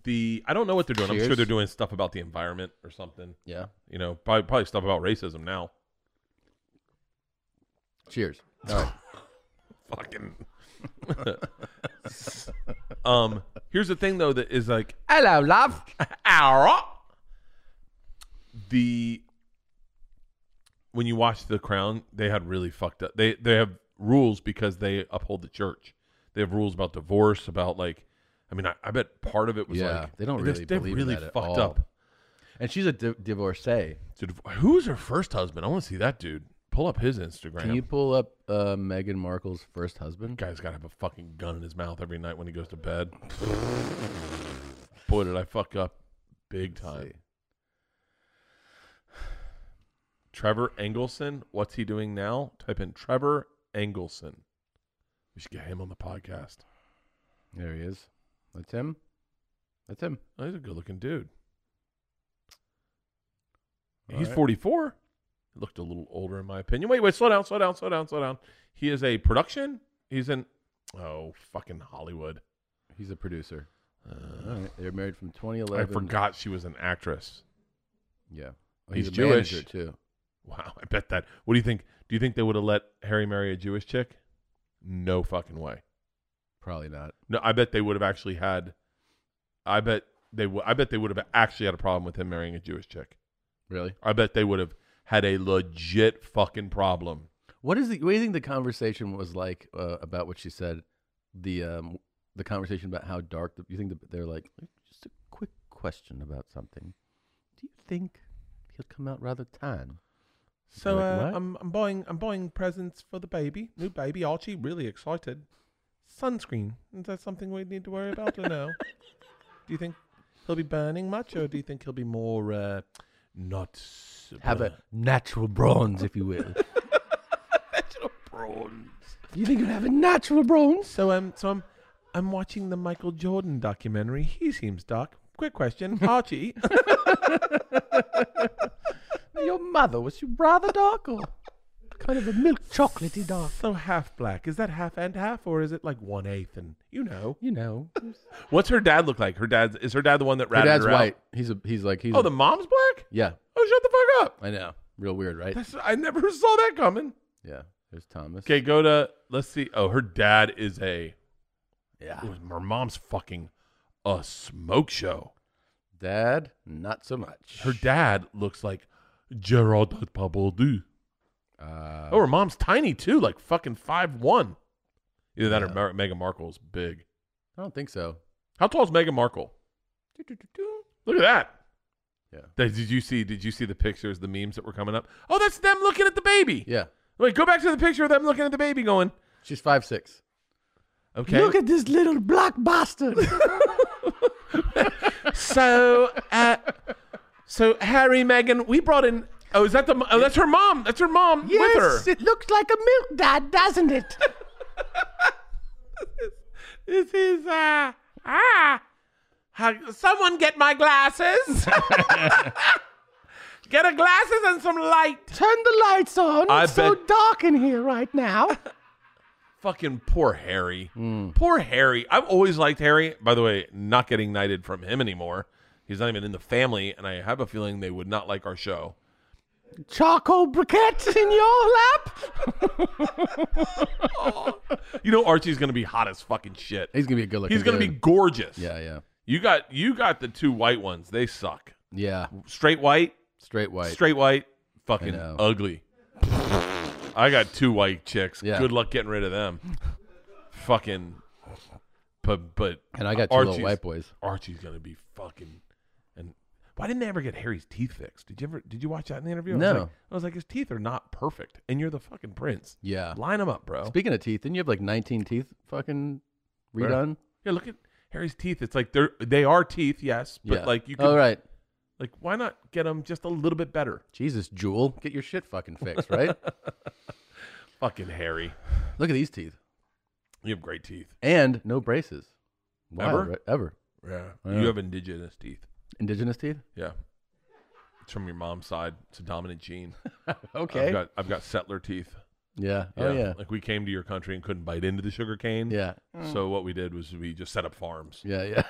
Speaker 2: the I don't know what they're doing. I'm sure
Speaker 1: Cheers.
Speaker 2: they're doing stuff about the environment or something.
Speaker 1: Yeah.
Speaker 2: You know, probably, probably stuff about racism now.
Speaker 1: Cheers. All right.
Speaker 2: fucking um here's the thing though that is like
Speaker 1: Hello, love.
Speaker 2: "Arrah!" the when you watch the crown they had really fucked up they they have rules because they uphold the church they have rules about divorce about like i mean i, I bet part of it was
Speaker 1: Yeah,
Speaker 2: like
Speaker 1: they don't
Speaker 2: this-
Speaker 1: really
Speaker 2: they
Speaker 1: believe in
Speaker 2: really
Speaker 1: that at
Speaker 2: fucked
Speaker 1: all.
Speaker 2: up
Speaker 1: And she's a di- divorcee.
Speaker 2: to div- who's her first husband i want to see that dude pull up his instagram
Speaker 1: Can you pull up uh, Meghan Markle's first husband?
Speaker 2: Guy's got to have a fucking gun in his mouth every night when he goes to bed. Boy, did I fuck up big time.
Speaker 1: see.
Speaker 2: Trevor Engelson, what's he doing now? Type in Trevor Engelson. We should get him on the podcast.
Speaker 1: There he is. That's him. That's him.
Speaker 2: Oh, he's a good looking dude.
Speaker 1: All
Speaker 2: he's
Speaker 1: right.
Speaker 2: 44. Looked a little older, in my opinion. Wait, wait, slow down, slow down, slow down, slow down. He is a production. He's in, oh, fucking Hollywood.
Speaker 1: He's a producer.
Speaker 2: Uh,
Speaker 1: All right. They're married from 2011.
Speaker 2: I forgot she was an actress.
Speaker 1: Yeah. Oh,
Speaker 2: He's
Speaker 1: he's, a
Speaker 2: Jewish.
Speaker 1: manager too.
Speaker 2: Wow, I bet that. What do you think? Do you think they would have let Harry marry a Jewish chick? No fucking way.
Speaker 1: Probably not.
Speaker 2: No, I bet they would have actually had. I bet they would. I bet they would have actually had a problem with him marrying a Jewish chick.
Speaker 1: Really?
Speaker 2: I bet they would have had a legit fucking problem.
Speaker 1: What is the? What do you think the conversation was like uh, about what she said? The um, the conversation about how dark. The, you think that they're like just a quick question about something. Do you think he'll come out rather tan?
Speaker 2: So
Speaker 1: Like
Speaker 2: uh,
Speaker 1: what?
Speaker 2: I'm I'm buying I'm buying presents for the baby, new baby Archie. Really excited. Sunscreen is that something we need to worry about or no? do you think he'll be burning much, or do you think he'll be more uh, not s-
Speaker 1: Have
Speaker 2: burn-
Speaker 1: a natural bronze, if you will.
Speaker 2: natural prawns?
Speaker 1: you think you have a natural bronze?
Speaker 2: So um, so I'm I'm watching the Michael Jordan documentary. He seems dark. Quick question, Archie.
Speaker 1: Your mother was she rather dark or kind of a milk chocolatey dark?
Speaker 2: so half black. Is that half and half, or is it like one eighth? And you know,
Speaker 1: You know,
Speaker 2: what's her dad look like? Her dad is her dad the one that
Speaker 1: her
Speaker 2: ratted
Speaker 1: dad's
Speaker 2: her out?
Speaker 1: white. He's a he's like he's
Speaker 2: Oh,
Speaker 1: a-
Speaker 2: the mom's black.
Speaker 1: yeah.
Speaker 2: Oh, shut the fuck up.
Speaker 1: I know, real weird, right?
Speaker 2: That's, I never saw that coming.
Speaker 1: Yeah. There's Thomas.
Speaker 2: Okay, go to let's see. Oh, her dad is a.
Speaker 1: Yeah.
Speaker 2: ooh, her mom's fucking a smoke show.
Speaker 1: Dad, not so much.
Speaker 2: Her dad looks like Gerard Pabaldu.
Speaker 1: Uh,
Speaker 2: Oh, her mom's tiny too, like fucking five one. Either that or Mar- Meghan Markle's big.
Speaker 1: I don't think so.
Speaker 2: How tall is Meghan Markle? Look at that.
Speaker 1: Yeah.
Speaker 2: Did did you see? Did you see the pictures, the memes that were coming up? Oh, that's them looking at the baby.
Speaker 1: Yeah.
Speaker 2: Wait, go back to the picture of them looking at the baby, going,
Speaker 1: She's five six.
Speaker 2: okay.
Speaker 1: at this little black bastard.
Speaker 2: So, uh, so Harry, Megan, we brought in. Oh, is that the? Oh, that's her mom. That's her mom with her.
Speaker 1: it looks like a milk dad, doesn't it?
Speaker 2: This is uh ah. How- Someone get my glasses. get her glasses and some light.
Speaker 1: Turn the lights on.
Speaker 2: I It's so bet-
Speaker 1: dark in here right now.
Speaker 2: Fucking poor Harry. Poor Harry. I've always liked Harry. By the way, not getting knighted from him anymore. He's not even in the family, and I have a feeling they would not like our show.
Speaker 1: Charcoal briquettes in your lap.
Speaker 2: You know, Archie's gonna be hot as fucking shit.
Speaker 1: He's gonna be a good looking.
Speaker 2: He's gonna be
Speaker 1: dude.
Speaker 2: gorgeous.
Speaker 1: Yeah, yeah,
Speaker 2: You got you got the two white ones. They suck.
Speaker 1: yeah.
Speaker 2: Straight white,
Speaker 1: Straight white.
Speaker 2: straight white, fucking
Speaker 1: know.
Speaker 2: ugly. I got two white chicks.
Speaker 1: Yeah.
Speaker 2: Good luck getting rid of them. fucking but but
Speaker 1: And I got two little
Speaker 2: Archie's-
Speaker 1: white boys.
Speaker 2: Archie's gonna be fucking and why didn't they ever get Harry's teeth fixed? Did you ever did you watch that in the interview? I was, like,
Speaker 1: No.
Speaker 2: I was like, his teeth are not perfect and you're the fucking prince.
Speaker 1: Yeah.
Speaker 2: Line them up, bro.
Speaker 1: Speaking of teeth, didn't you have like 19 teeth fucking
Speaker 2: Right.
Speaker 1: redone?
Speaker 2: yeah, look at Harry's teeth. It's like they're they are teeth, yes, but
Speaker 1: yeah.
Speaker 2: like you can
Speaker 1: All right.
Speaker 2: like why not get them just a little bit better?
Speaker 1: Jesus, Jewel, get your shit fucking fixed, right?
Speaker 2: Fucking Harry.
Speaker 1: Look at these teeth.
Speaker 2: You have great teeth.
Speaker 1: And no braces. Wild,
Speaker 2: Ever?
Speaker 1: right? Ever.
Speaker 2: Yeah.
Speaker 1: Yeah.
Speaker 2: You have indigenous teeth.
Speaker 1: Indigenous teeth?
Speaker 2: Yeah. It's from your mom's side. It's a dominant gene.
Speaker 1: Okay.
Speaker 2: I've got I've got settler teeth.
Speaker 1: yeah. Oh, yeah.
Speaker 2: Like we came to your country and couldn't bite into the sugar cane.
Speaker 1: Yeah. Mm.
Speaker 2: So what we did was we just set up farms
Speaker 1: Yeah, yeah.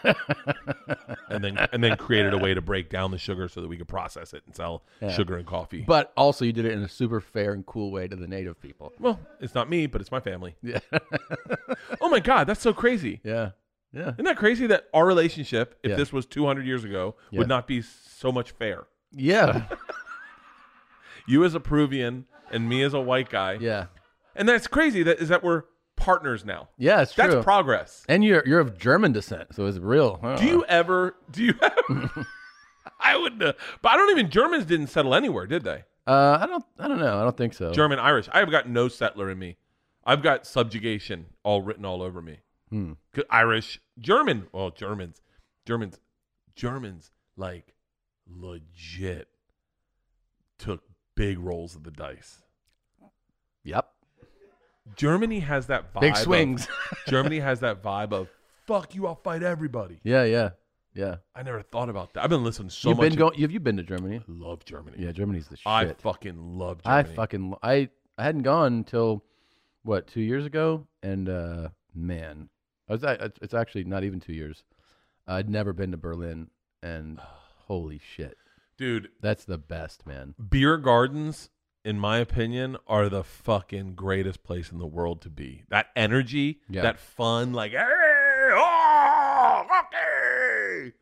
Speaker 2: and then and then created a way to break down the sugar so that we could process it and sell sugar and coffee.
Speaker 1: but also, you did it in a super fair and cool way to the native people.
Speaker 2: well, it's not me, but it's my family.
Speaker 1: Yeah.
Speaker 2: Oh my god, that's so crazy.
Speaker 1: yeah. Yeah.
Speaker 2: Isn't that crazy that our relationship, if
Speaker 1: Yeah.
Speaker 2: this was 200 years ago,
Speaker 1: Yeah.
Speaker 2: would not be so much fair?
Speaker 1: Yeah.
Speaker 2: You as a Peruvian and me as a white guy.
Speaker 1: Yeah.
Speaker 2: And that's crazy that is that we're partners now.
Speaker 1: Yeah, it's true.
Speaker 2: That's progress.
Speaker 1: and you're you're of German descent, so it's real. huh?
Speaker 2: Do you ever? Do you? Ever, I wouldn't. Uh, but I don't even. Germans didn't settle anywhere, did they?
Speaker 1: Uh, I don't. I don't know. I don't think so.
Speaker 2: German, Irish. I've got no settler in me. I've got subjugation all written all over me.
Speaker 1: Hmm.
Speaker 2: 'Cause Irish, German. Well, Germans, Germans, Germans. Like legit, took big rolls of the dice.
Speaker 1: Yep.
Speaker 2: Germany has that vibe.
Speaker 1: Big
Speaker 2: of-
Speaker 1: swings.
Speaker 2: Germany has that vibe of "fuck you, I'll fight everybody."
Speaker 1: yeah. Yeah. Yeah.
Speaker 2: I never thought about that. I've been listening so
Speaker 1: you've
Speaker 2: much.
Speaker 1: been
Speaker 2: to-
Speaker 1: going. Have you been to Germany?
Speaker 2: love Germany.
Speaker 1: Yeah, Germany's the shit.
Speaker 2: I fucking love
Speaker 1: I
Speaker 2: Germany.
Speaker 1: fucking lo- I I hadn't gone until what two years ago, and uh, man, I was, I, it's- it's actually not even two years. I'd never been to Berlin, and holy shit,
Speaker 2: dude.
Speaker 1: that's the best, man.
Speaker 2: Beer gardens, in my opinion, are the fucking greatest place in the world to be. That energy,
Speaker 1: Yeah.
Speaker 2: that fun, like hey, oh, okay.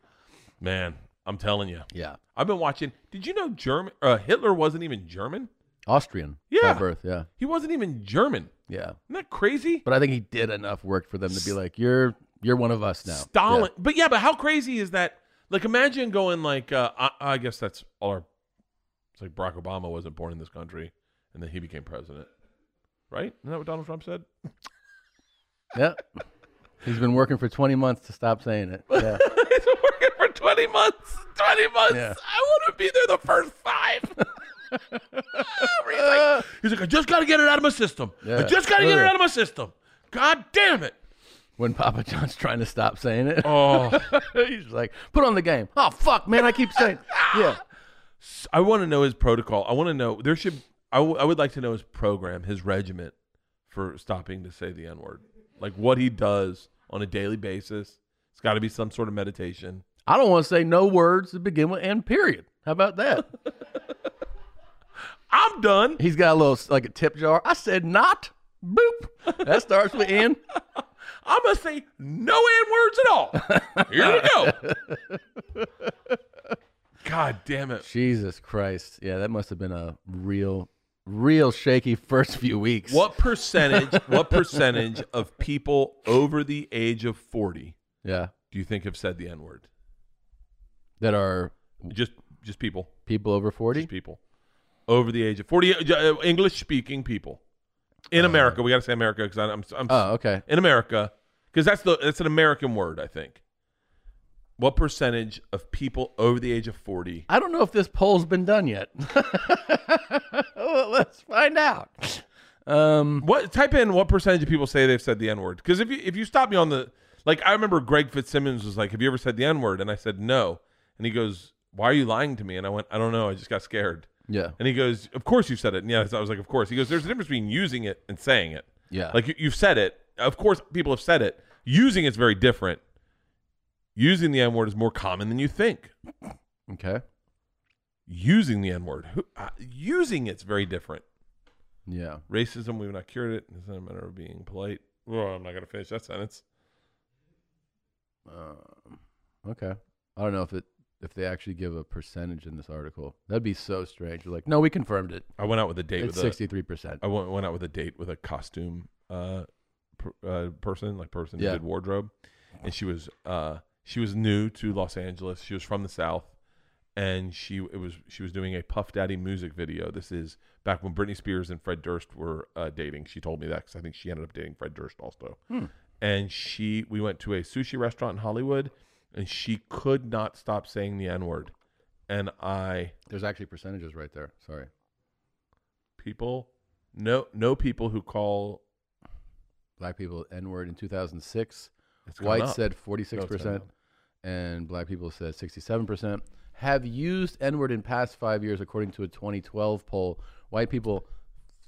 Speaker 2: man. I'm telling you,
Speaker 1: Yeah,
Speaker 2: I've been watching. Did you know German? Uh, Hitler wasn't even German.
Speaker 1: Austrian.
Speaker 2: Yeah.
Speaker 1: by birth. Yeah,
Speaker 2: He wasn't even German.
Speaker 1: yeah.
Speaker 2: Isn't that crazy?
Speaker 1: But I think he did enough work for them to be like, you're you're one of us now.
Speaker 2: Stalin. But yeah, but how crazy is that? Like, imagine going like uh, I, I guess that's all our It's like Barack Obama wasn't born in this country, and then he became president. Right? Isn't that what Donald Trump said?
Speaker 1: Yep. He's been working for 20 months to stop saying it. Yeah.
Speaker 2: He's been working for 20 months. 20 months.
Speaker 1: Yeah.
Speaker 2: I want to be there the first five. Where he's, like, he's like, I just got to get it out of my system. I
Speaker 1: Yeah.
Speaker 2: just got to get it
Speaker 1: Ugh.
Speaker 2: out of my system. God damn it.
Speaker 1: When Papa John's trying to stop saying it,
Speaker 2: Oh,
Speaker 1: he's like, "Put on the game." Oh fuck, man! I keep saying, yeah.
Speaker 2: I want to know his protocol. I want to know. There should. I, w- I would like to know his program, his regiment for stopping to say the N word. Like what he does on a daily basis. It's got to be some sort of meditation.
Speaker 1: I don't want to say no words to begin with and period. How about that?
Speaker 2: I'm done.
Speaker 1: He's got a little like a tip jar. I said not. Boop. That starts with N.
Speaker 2: I'm gonna say no N words at all. Here we go. God damn it.
Speaker 1: Jesus Christ. Yeah, that must have been a real, real shaky first few weeks.
Speaker 2: What percentage? What percentage of people over the age of forty
Speaker 1: Yeah,
Speaker 2: do you think have said the N word?
Speaker 1: that are
Speaker 2: Just just people.
Speaker 1: people over forty.
Speaker 2: Just people over the age of forty. Uh, English speaking people in America. We gotta say America because I'm, I'm
Speaker 1: Uh-huh. Oh, okay.
Speaker 2: in America because that's the that's an American word. I think. What percentage of people over the age of forty
Speaker 1: I don't know if this poll's been done yet. Well, let's find out. Um,
Speaker 2: What type in what percentage of people say they've said the N word? Because if you if you stop me on the like, I remember Greg Fitzsimmons was like, "Have you ever said the N word?" And I said no, and he goes, "Why are you lying to me?" And I went, "I don't know. I just got scared."
Speaker 1: yeah,
Speaker 2: And he goes, "Of course you said it." And yes, I was like, "Of course." He goes, "There's a difference between using it and saying it.
Speaker 1: yeah.
Speaker 2: Like you, you've said it. Of course, people have said it. Using it's very different. Using the N word is more common than you think.
Speaker 1: okay.
Speaker 2: Using the N word, Who- uh, using it's very different."
Speaker 1: Yeah.
Speaker 2: Racism, we've not cured it. It's not a matter of being polite. Well, I'm not going to finish that sentence.
Speaker 1: Um, okay. I don't know if it if they actually give a percentage in this article. That'd be so strange. You're like, no, we confirmed it.
Speaker 2: I went out with a date
Speaker 1: It's
Speaker 2: with
Speaker 1: sixty three percent.
Speaker 2: a. I went, went out with a date with a costume uh, per, uh person, like person
Speaker 1: Yeah.
Speaker 2: who did wardrobe, and she was uh she was new to Los Angeles. She was from the South, and she it was she was doing a Puff Daddy music video. This is back when Britney Spears and Fred Durst were uh, dating. She told me that because I think she ended up dating Fred Durst also.
Speaker 1: Hmm.
Speaker 2: And she we went to a sushi restaurant in Hollywood, and she could not stop saying the N word, and I
Speaker 1: There's actually percentages right there. Sorry.
Speaker 2: people no no people who call
Speaker 1: Black people N word in two thousand six.
Speaker 2: it's gone
Speaker 1: White
Speaker 2: up.
Speaker 1: said forty six percent, and black people said sixty seven percent have used N word in past five years, according to a twenty twelve poll. White people.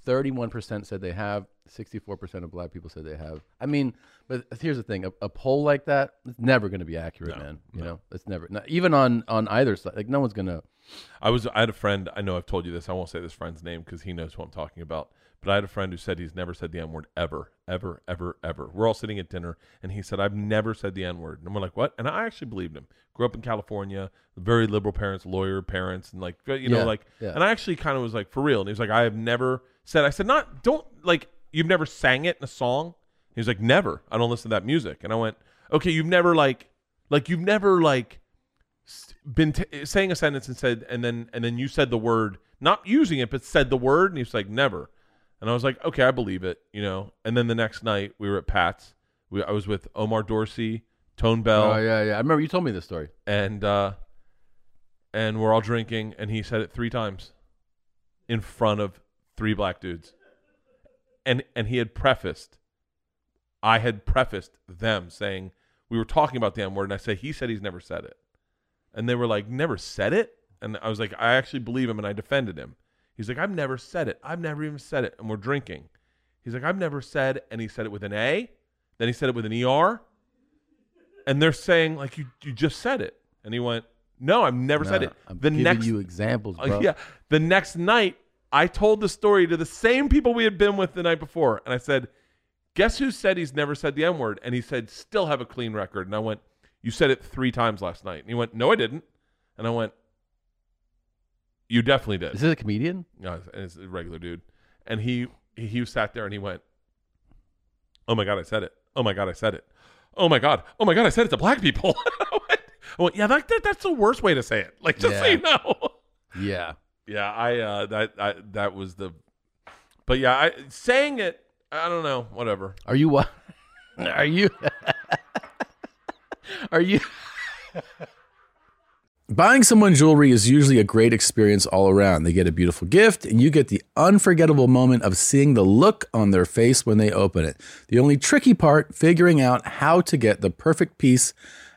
Speaker 1: 31% said they have 64% of black people said they have i mean but here's the thing a, a poll like that it's never going to be accurate man you know it's never not, even on on either side like no one's going to
Speaker 2: I was I had a friend I know I've told you this I won't say this friend's name because he knows who I'm talking about but I had a friend who said he's never said the n word ever ever ever ever we're all sitting at dinner and he said I've never said the n word and we're like what and I actually believed him grew up in California very liberal parents lawyer parents and like you know
Speaker 1: Yeah,
Speaker 2: like
Speaker 1: yeah.
Speaker 2: and I actually kind of was like for real and he was like I have never said I said not don't like you've never sang it in a song he was like never I don't listen to that music and I went okay you've never like like you've never like s- been t- saying a sentence and said and then and then you said the word not using it but said the word and he was like never and i was like okay i believe it you know and then the next night we were at pat's we, i was with omar dorsey tone bell
Speaker 1: oh yeah yeah i remember you told me this story
Speaker 2: and uh and we're all drinking and he said it three times in front of three black dudes and and he had prefaced i had prefaced them saying we were talking about the n word and i said he said he's never said it and they were like never said it and i was like i actually believe him and i defended him he's like i've never said it i've never even said it and we're drinking he's like i've never said and he said it with an a then he said it with an er and they're saying like you you just said it and he went no i've never said
Speaker 1: No,
Speaker 2: it
Speaker 1: I'm
Speaker 2: the
Speaker 1: giving
Speaker 2: next
Speaker 1: you examples,
Speaker 2: uh,
Speaker 1: bro.
Speaker 2: yeah the next night i told the story to the same people we had been with the night before and i said guess who said he's never said the n word and he said still have a clean record and i went you said it three times last night and he went no i didn't and i went you definitely did
Speaker 1: Is this a comedian?
Speaker 2: no, it's- it's a regular dude. And he he sat there and he went, "Oh my god, I said it! Oh my god, I said it! Oh my god! Oh my god, I said it to black people!" I went, I went, "Yeah, that, that that's the worst way to say it. Like, just so
Speaker 1: Yeah.
Speaker 2: you know."
Speaker 1: Yeah.
Speaker 2: Yeah, I uh that I, that was the But yeah, I saying it, I don't know, whatever.
Speaker 1: Are you what? Are you? Are you? Buying someone jewelry is usually a great experience all around. They get a beautiful gift, and you get the unforgettable moment of seeing the look on their face when they open it. The only tricky part, figuring out how to get the perfect piece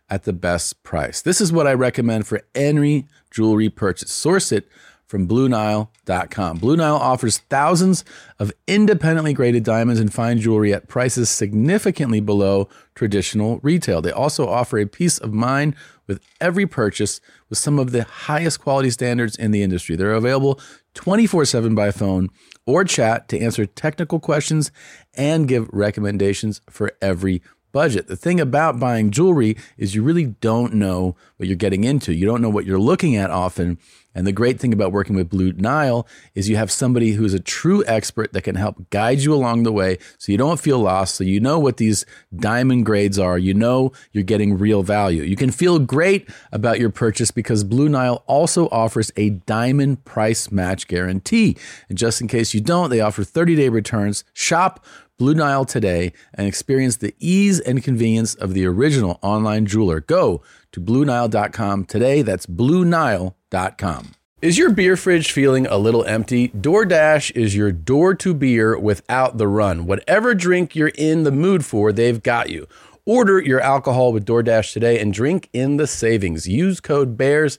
Speaker 1: at the best price. This is what I recommend for any jewelry purchase. Source it from BlueNile.com. Blue Nile offers thousands of independently graded diamonds and fine jewelry at prices significantly below traditional retail. They also offer a peace of mind with every purchase with some of the highest quality standards in the industry. They're available 24 7 by phone or chat to answer technical questions and give recommendations for every budget. The thing about buying jewelry is you really don't know what you're getting into. You don't know what you're looking at often. And the great thing about working with Blue Nile is you have somebody who's a true expert that can help guide you along the way so you don't feel lost, so you know what these diamond grades are, you know you're getting real value. You can feel great about your purchase because Blue Nile also offers a diamond price match guarantee. And just in case you don't, they offer 30 day returns. Shop Blue Nile today and experience the ease and convenience of the original online jeweler. Go to BlueNile.com today. That's BlueNile.com. Is your beer fridge feeling a little empty? DoorDash is your door to beer without the run. Whatever drink you're in the mood for, they've got you. Order your alcohol with DoorDash today and drink in the savings. Use code BEARS.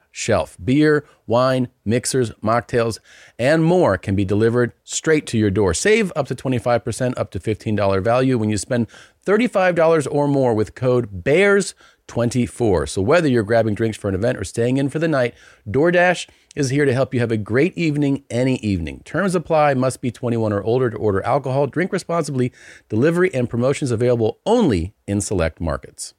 Speaker 1: shelf. Beer, wine, mixers, mocktails, and more can be delivered straight to your door. Save up to 25% up to $15 value when you spend $35 or more with code BEARS24. So whether you're grabbing drinks for an event or staying in for the night, DoorDash is here to help you have a great evening any evening. Terms apply, must be 21 or older to order alcohol, drink responsibly. Delivery and promotions available only in select markets.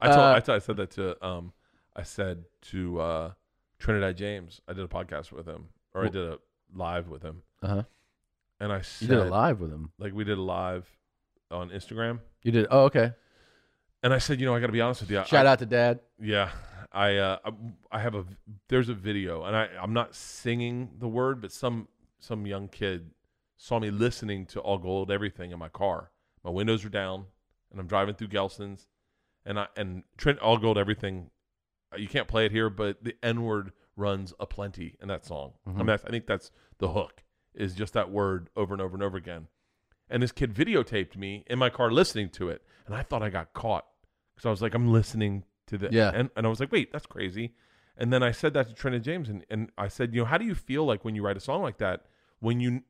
Speaker 2: I told,
Speaker 1: Uh,
Speaker 2: I, told I said that to um I said to uh Trinidad James. I did a podcast with him or I
Speaker 1: Wh-
Speaker 2: did a live with him.
Speaker 1: Uh-huh.
Speaker 2: And I said
Speaker 1: You did a live with him.
Speaker 2: like we did a live on Instagram.
Speaker 1: You did. Oh, okay.
Speaker 2: And I said, you know, I got to be honest with you. I-
Speaker 1: Shout out to dad.
Speaker 2: Yeah, I uh, I- I have a there's a video, and I I'm not singing the word, but some some young kid saw me listening to All Gold Everything in my car. My windows are down, and I'm driving through Gelson's, and I and Trent All Gold Everything. uh, You can't play it here, but the N word runs aplenty in that song. I mean, that's, I think that's the hook is just that word over and over and over again. And this kid videotaped me in my car listening to it, and I thought I got caught because I was like, I'm listening to the
Speaker 1: Yeah.
Speaker 2: and, and I was like, wait, that's crazy. And then I said that to Trina James, and, and I said, you know, how do you feel like when you write a song like that when you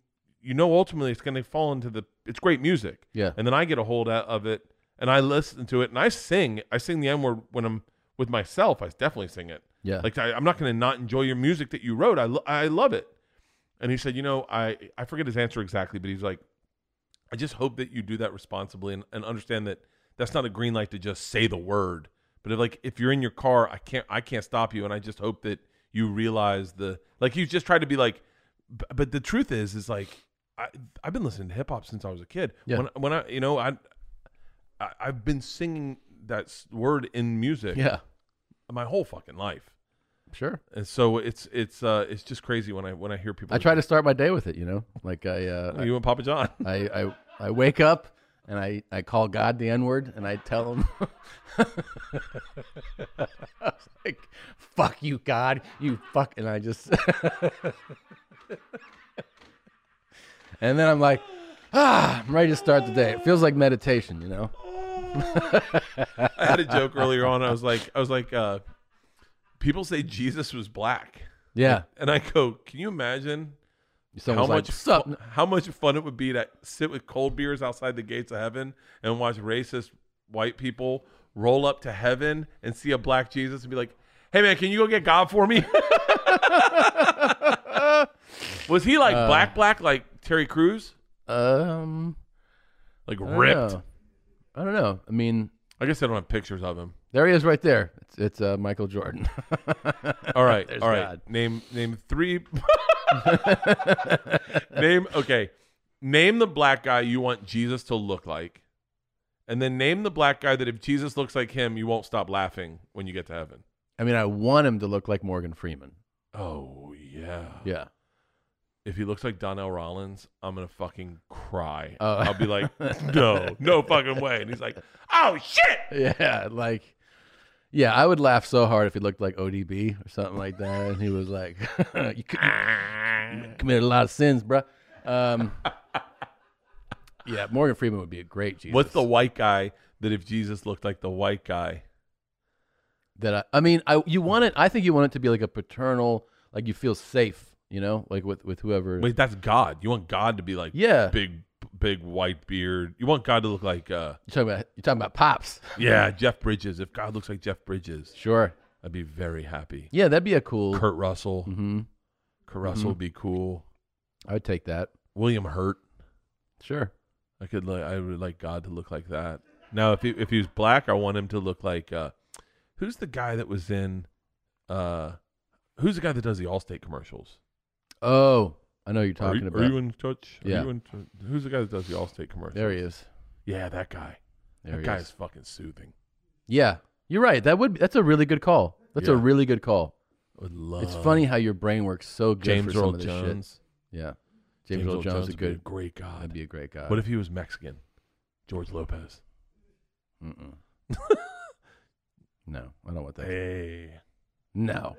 Speaker 2: you know ultimately it's going to fall into the it's great music,
Speaker 1: Yeah.
Speaker 2: And then I get a hold out of it, and I listen to it, and I sing, I sing the N word when I'm with myself. I definitely sing it.
Speaker 1: Yeah.
Speaker 2: Like I, I'm not going to not enjoy your music that you wrote. I lo- I love it. And he said, you know, I I forget his answer exactly, but he's like, I just hope that you do that responsibly and, and understand that that's not a green light to just say the word. But if, like if you're in your car, I can't I can't stop you, and I just hope that you realize the like you just tried to be like. b- But the truth is, is like I I've been listening to hip hop since I was a kid.
Speaker 1: Yeah.
Speaker 2: When when I you know I, I I've been singing that s- word in music
Speaker 1: Yeah.
Speaker 2: my whole fucking life.
Speaker 1: Sure.
Speaker 2: And so it's it's uh it's just crazy when I when I hear people.
Speaker 1: I try to start my day with it, you know? Like I uh
Speaker 2: Oh, you and Papa John.
Speaker 1: I, I, I wake up and I, I call God the N word and I tell him, I was like, fuck you, God, you fuck. And I just, and then I'm like, ah, I'm ready to start the day. It feels like meditation, you know?
Speaker 2: I had a joke earlier on. I was like I was like uh, people say Jesus was black,
Speaker 1: Yeah.
Speaker 2: and I go, can you imagine
Speaker 1: Someone's
Speaker 2: how
Speaker 1: like,
Speaker 2: much
Speaker 1: sup?
Speaker 2: fu- how much fun it would be to sit with cold beers outside the gates of heaven and watch racist white people roll up to heaven and see a black Jesus and be like, "Hey man, can you go get God for me?" Was he like black black like Terry Crews?
Speaker 1: Um,
Speaker 2: Like
Speaker 1: I don't Oh.
Speaker 2: ripped.
Speaker 1: know. I don't know. I mean,
Speaker 2: I guess I don't have pictures of him.
Speaker 1: there he is right there. It's, it's uh, Michael Jordan.
Speaker 2: All right,
Speaker 1: There's
Speaker 2: all right.
Speaker 1: God.
Speaker 2: Name name three. name okay. Name the black guy you want Jesus to look like, and then name the black guy that if Jesus looks like him, you won't stop laughing when you get to heaven.
Speaker 1: I mean, I want him to look like Morgan Freeman.
Speaker 2: Oh yeah.
Speaker 1: Yeah.
Speaker 2: If he looks like Donnell Rollins, I'm gonna fucking cry.
Speaker 1: Oh.
Speaker 2: I'll be like, no, no fucking way. And he's like, oh shit.
Speaker 1: Yeah, like, yeah, I would laugh so hard if he looked like ODB or something like that, and he was like, "You could- you committed a lot of sins, bruh." Um, yeah, Morgan Freeman would be a great Jesus.
Speaker 2: What's the white guy that if Jesus looked like the white guy?
Speaker 1: that? I, I mean, I you want it? I think you want it to be like a paternal, like you feel safe, you know, like with with whoever.
Speaker 2: Wait, that's God. You want God to be like
Speaker 1: Yeah.
Speaker 2: big big white beard. You want God to look like uh
Speaker 1: You're talking about you're talking about pops,
Speaker 2: yeah, Jeff Bridges. If God looks like Jeff Bridges,
Speaker 1: sure.
Speaker 2: I'd be very happy.
Speaker 1: Yeah, that'd be a cool.
Speaker 2: Kurt Russell.
Speaker 1: hmm
Speaker 2: Kurt Russell would be cool.
Speaker 1: I would take that.
Speaker 2: William Hurt.
Speaker 1: Sure.
Speaker 2: I could like I would like God to look like that. Now if he if he was black, I want him to look like uh who's the guy that was in uh who's the guy that does the Allstate commercials?
Speaker 1: Oh, I know who you're
Speaker 2: Are
Speaker 1: talking
Speaker 2: you,
Speaker 1: about.
Speaker 2: are you in touch? Are
Speaker 1: Yeah.
Speaker 2: you in t- who's the guy that does the Allstate commercials?
Speaker 1: there he is.
Speaker 2: Yeah, that guy.
Speaker 1: There
Speaker 2: that
Speaker 1: he
Speaker 2: guy
Speaker 1: is.
Speaker 2: is fucking soothing.
Speaker 1: Yeah, you're right. That would that's a really good call. That's a
Speaker 2: Yeah.
Speaker 1: really good call.
Speaker 2: I would love
Speaker 1: It's funny how your brain works so good
Speaker 2: James
Speaker 1: for some
Speaker 2: Earl
Speaker 1: of this
Speaker 2: Jones.
Speaker 1: shit. Yeah, James, Earl Jones is a
Speaker 2: would be
Speaker 1: good.
Speaker 2: great guy.
Speaker 1: That'd be a great guy.
Speaker 2: what if he was Mexican? George Lopez.
Speaker 1: Mm-mm. no, I don't want that.
Speaker 2: Hey,
Speaker 1: No,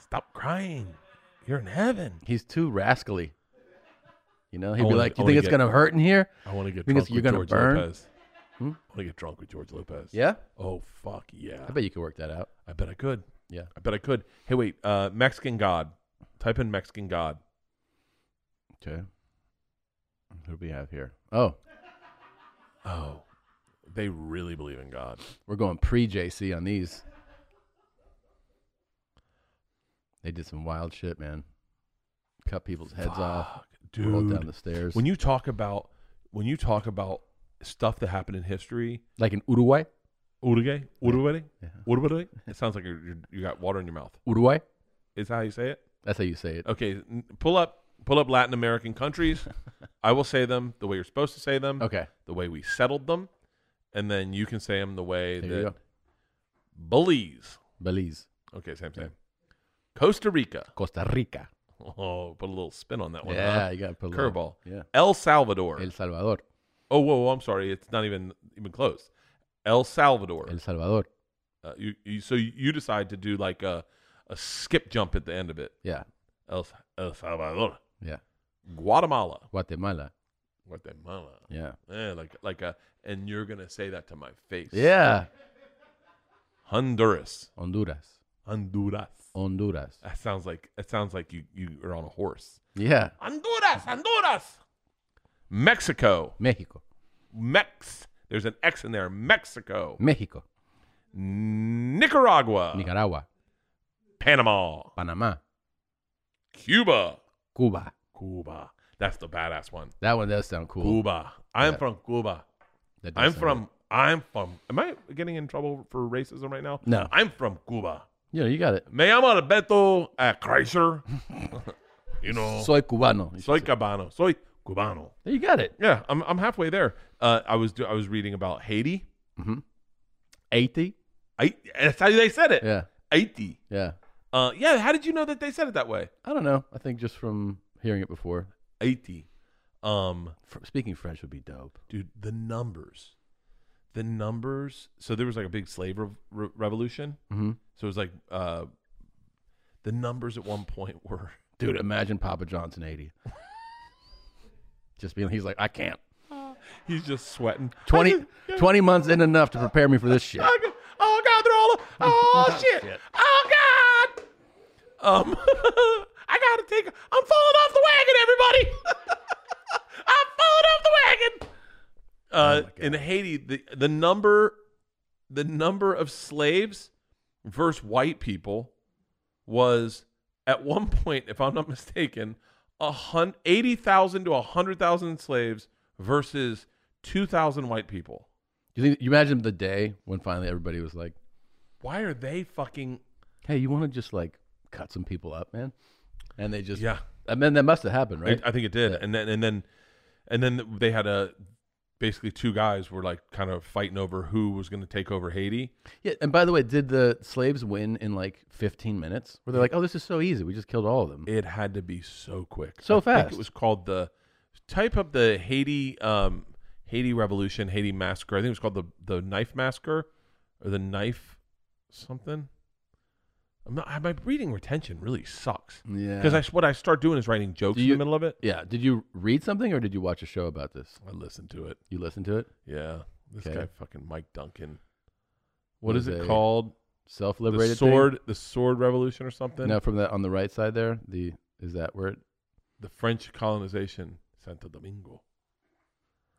Speaker 2: stop crying. You're in heaven.
Speaker 1: he's too rascally. You know, he'd
Speaker 2: I
Speaker 1: be
Speaker 2: wanna-
Speaker 1: like,
Speaker 2: I
Speaker 1: "You
Speaker 2: wanna
Speaker 1: think it's
Speaker 2: get-
Speaker 1: gonna hurt in here?"
Speaker 2: I want to get drunk
Speaker 1: Think
Speaker 2: with
Speaker 1: it's- you're gonna
Speaker 2: George
Speaker 1: burn?
Speaker 2: Lopez.
Speaker 1: Hmm?
Speaker 2: I want to get drunk with George Lopez.
Speaker 1: Yeah,
Speaker 2: Oh fuck yeah.
Speaker 1: I bet you could work that out.
Speaker 2: I bet I could.
Speaker 1: Yeah.
Speaker 2: I bet I could. Hey, wait. Uh, Mexican God. Type in Mexican God.
Speaker 1: Okay. Who do we have here? Oh,
Speaker 2: Oh, they really believe in God.
Speaker 1: we're going pre JC on these. They did some wild shit, man. Cut people's heads off.
Speaker 2: Fuck,
Speaker 1: rolled
Speaker 2: dude.
Speaker 1: down the stairs.
Speaker 2: when you talk about when you talk about stuff that happened in history,
Speaker 1: like in Uruguay,
Speaker 2: Uruguay, Uruguay,
Speaker 1: Yeah.
Speaker 2: Uruguay. It sounds like you're, you're, you got water in your mouth.
Speaker 1: Uruguay.
Speaker 2: Is that how you say it?
Speaker 1: That's how you say it.
Speaker 2: Okay, n- pull up, pull up Latin American countries. I will say them the way you're supposed to say them,
Speaker 1: Okay.
Speaker 2: the way we settled them, and then you can say them the way
Speaker 1: There you
Speaker 2: that
Speaker 1: go.
Speaker 2: Belize.
Speaker 1: Belize,
Speaker 2: Okay, same same. Costa Rica.
Speaker 1: Costa Rica.
Speaker 2: Oh, put a little spin on that one.
Speaker 1: Yeah,
Speaker 2: huh?
Speaker 1: you got to put a little-
Speaker 2: uh, curveball.
Speaker 1: Yeah.
Speaker 2: El Salvador.
Speaker 1: El Salvador.
Speaker 2: oh, whoa, whoa, I'm sorry, it's not even even close. El Salvador.
Speaker 1: El Salvador.
Speaker 2: Uh, you, you so you decide to do like a a skip jump at the end of it.
Speaker 1: Yeah.
Speaker 2: El, El Salvador,
Speaker 1: Yeah.
Speaker 2: Guatemala,
Speaker 1: Guatemala.
Speaker 2: Guatemala.
Speaker 1: Yeah.
Speaker 2: Yeah, Eh, like like a and you're gonna say that to my face.
Speaker 1: Yeah.
Speaker 2: Honduras,
Speaker 1: Honduras.
Speaker 2: Honduras.
Speaker 1: Honduras.
Speaker 2: That sounds like that sounds like you you are on a horse.
Speaker 1: Yeah.
Speaker 2: Honduras, Honduras. Mexico,
Speaker 1: Mexico.
Speaker 2: Mex. There's an X in there. Mexico,
Speaker 1: Mexico.
Speaker 2: Nicaragua,
Speaker 1: Nicaragua.
Speaker 2: Panama,
Speaker 1: Panama.
Speaker 2: Cuba,
Speaker 1: Cuba.
Speaker 2: Cuba. That's the badass one.
Speaker 1: That one does sound cool.
Speaker 2: Cuba. I'm from Cuba.
Speaker 1: That does
Speaker 2: I'm
Speaker 1: sound
Speaker 2: from.
Speaker 1: good.
Speaker 2: I'm from. Am I getting in trouble for racism right now?
Speaker 1: No.
Speaker 2: I'm from Cuba.
Speaker 1: Yeah, you got it.
Speaker 2: Me llamo Alberto uh, Kreischer. you know, soy,
Speaker 1: Soy cubano. You should say.
Speaker 2: cubano. Soy cubano.
Speaker 1: You got it.
Speaker 2: Yeah, I'm I'm halfway there. Uh, I was do- I was reading about Haiti.
Speaker 1: 80.
Speaker 2: I that's how they said it.
Speaker 1: Yeah.
Speaker 2: Haiti.
Speaker 1: Yeah.
Speaker 2: Uh, yeah. How did you know that they said it that way?
Speaker 1: I don't know. I think just from hearing it before.
Speaker 2: Haiti. Um,
Speaker 1: Fr- speaking French would be dope.
Speaker 2: dude, the numbers, the numbers. So there was like a big slave rev re- revolution.
Speaker 1: Mm-hmm.
Speaker 2: So it was like uh, the numbers at one point were
Speaker 1: Dude, imagine Papa John's in 80. Just being, he's like, I can't.
Speaker 2: he's just sweating.
Speaker 1: 20, 20 months isn't enough to prepare me for this shit.
Speaker 2: Oh, God. Oh God, they're all. Oh shit. Oh God. Um, I gotta take. I'm falling off the wagon, everybody. I'm falling off the wagon. Uh, in Haiti, the the number, the number of slaves versus white people was at one point, if I'm not mistaken, a hun- 80,000 to 100,000 slaves versus 2,000 white people.
Speaker 1: You think you imagine the day when finally everybody was like,
Speaker 2: Why are they fucking?
Speaker 1: "Hey, you want to just like cut some people up, man?" And they just
Speaker 2: Yeah.
Speaker 1: I mean, that must have happened,
Speaker 2: I-
Speaker 1: right?
Speaker 2: I, think it uh, did. And then and then and then they had a basically two guys were like kind of fighting over who was going to take over Haiti.
Speaker 1: yeah. And by the way, did the slaves win in like 15 minutes? Were they like, "Oh, this is so easy. We just killed all of them."
Speaker 2: It had to be so quick,
Speaker 1: So
Speaker 2: I think
Speaker 1: fast.
Speaker 2: it was called the type up the Haiti um Haiti Revolution, Haiti Massacre. I think it was called the the Knife Massacre or the Knife something. I'm not. I- My reading retention really sucks
Speaker 1: Yeah.
Speaker 2: because I s what I start doing is writing jokes
Speaker 1: Do
Speaker 2: in
Speaker 1: you-
Speaker 2: the middle of it.
Speaker 1: Yeah. Did you read something or did you watch a show about this?
Speaker 2: I listen to it.
Speaker 1: You listened to it?
Speaker 2: Yeah, this
Speaker 1: Okay.
Speaker 2: guy fucking Mike Duncan. what
Speaker 1: What
Speaker 2: is
Speaker 1: is
Speaker 2: it
Speaker 1: a
Speaker 2: called?
Speaker 1: Self-liberated
Speaker 2: the
Speaker 1: thing?
Speaker 2: sword, the sword revolution or something.
Speaker 1: Now from that on the right side there, the is that where it?
Speaker 2: The French colonization, Santo Domingo.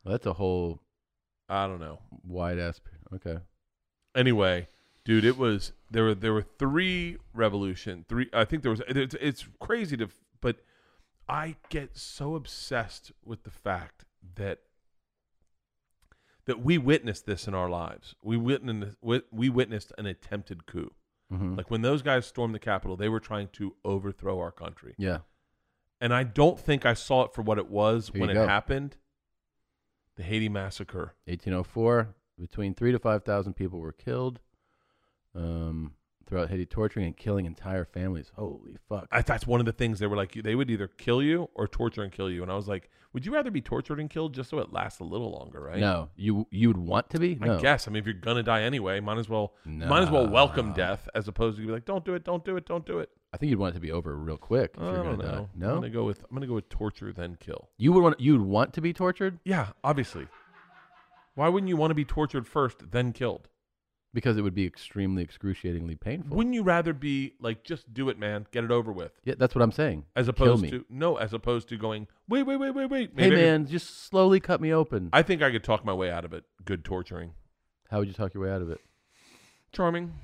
Speaker 1: Well, that's a whole
Speaker 2: I don't know.
Speaker 1: wide ass. Okay.
Speaker 2: Anyway, dude, it was there were there were three revolution, three. I think there was. It's, it's crazy to, but I get so obsessed with the fact that that we witnessed this in our lives. We witnessed we witnessed an attempted coup.
Speaker 1: Mm-hmm.
Speaker 2: Like when those guys stormed the Capitol, they were trying to overthrow our country.
Speaker 1: Yeah.
Speaker 2: and I don't think I saw it for what it was
Speaker 1: Here
Speaker 2: when it
Speaker 1: you go.
Speaker 2: happened. The Haiti massacre.
Speaker 1: 1804, between three to five thousand people were killed. Um, throughout Haiti, torturing and killing entire families. Holy fuck!
Speaker 2: I, that's one of the things they were like. They would either kill you or torture and kill you. And I was like, would you rather be tortured and killed just so it lasts a little longer, right?
Speaker 1: No, you you would want to be.
Speaker 2: I
Speaker 1: No.
Speaker 2: guess. I mean, if you're gonna die anyway, might as well. Might as well welcome death as opposed to be like, don't do it, don't do it, don't do it.
Speaker 1: I think you'd want it to be over real quick. If
Speaker 2: I
Speaker 1: you're
Speaker 2: don't
Speaker 1: gonna
Speaker 2: know.
Speaker 1: die.
Speaker 2: I'm
Speaker 1: No,
Speaker 2: gonna go with. I'm gonna go with torture then kill.
Speaker 1: you would want you'd want to be tortured
Speaker 2: Yeah, obviously. Why wouldn't you want to be tortured first then killed?
Speaker 1: because it would be extremely excruciatingly painful.
Speaker 2: Wouldn't you rather be like, just do it, man, get it over with?
Speaker 1: yeah, that's what I'm saying.
Speaker 2: as
Speaker 1: Kill
Speaker 2: opposed
Speaker 1: me.
Speaker 2: to no, as opposed to going wait, wait, wait, wait, wait.
Speaker 1: hey
Speaker 2: Maybe I could-
Speaker 1: man, just slowly cut me open.
Speaker 2: I think I could talk my way out of it. Good torturing,
Speaker 1: How would you talk your way out of it?
Speaker 2: charming,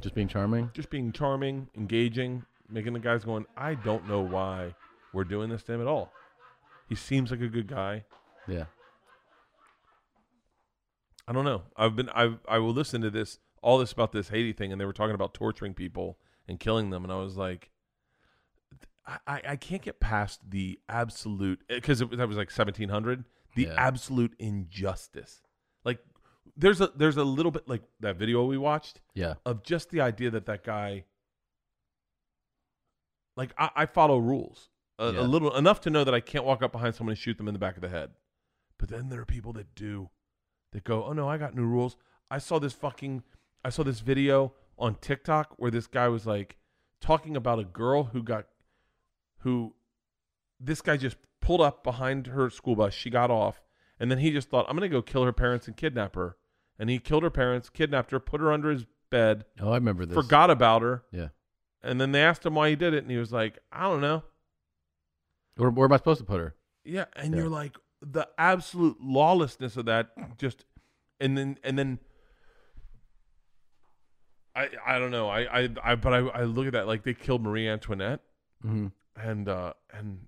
Speaker 1: Just being charming.
Speaker 2: just being charming, engaging, making the guys going. I don't know why we're doing this to him at all. He seems like a good guy.
Speaker 1: Yeah.
Speaker 2: I don't know. I've been I I will listen to this all this about this Haiti thing, and they were talking about torturing people and killing them, and I was like, I I, I can't get past the absolute because that was like seventeen hundred, the
Speaker 1: Yeah.
Speaker 2: absolute injustice. Like there's a there's a little bit like that video we watched
Speaker 1: Yeah.
Speaker 2: of just the idea that that guy like i, I follow rules a,
Speaker 1: Yeah.
Speaker 2: a little enough to know that i can't walk up behind someone and shoot them in the back of the head but then there are people that do that go oh no i got new rules i saw this fucking i saw this video on tiktok where this guy was like talking about a girl who got who this guy just pulled up behind her school bus she got off and then he just thought i'm gonna go kill her parents and kidnap her and he killed her parents kidnapped her put her under his bed
Speaker 1: Oh, I remember this.
Speaker 2: forgot about her.
Speaker 1: Yeah.
Speaker 2: And then they asked him why he did it, and he was like, I don't know.
Speaker 1: Where, where am I supposed to put her?
Speaker 2: Yeah. And
Speaker 1: Yeah.
Speaker 2: you're like, the absolute lawlessness of that just and then and then I I don't know. I I, I but I, I look at that like they killed Marie Antoinette
Speaker 1: Mm-hmm.
Speaker 2: and uh and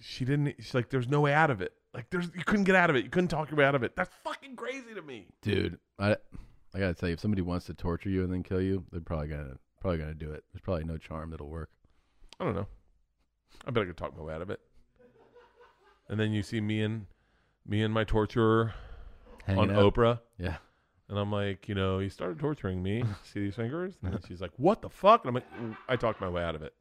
Speaker 2: she didn't she's like there's no way out of it. Like there's you couldn't get out of it. You couldn't talk your way out of it. That's fucking crazy to me.
Speaker 1: dude i i gotta tell you if somebody wants to torture you and then kill you they're probably gonna probably gonna do it there's probably no charm that'll work
Speaker 2: I don't know. I bet I could talk my way out of it. And then you see me and me and my torturer on
Speaker 1: Hanging out.
Speaker 2: Oprah,
Speaker 1: yeah
Speaker 2: and I'm like, you know, he started torturing me. see these fingers? And then she's like, what the fuck? And I'm like, "Mm, I talked my way out of it.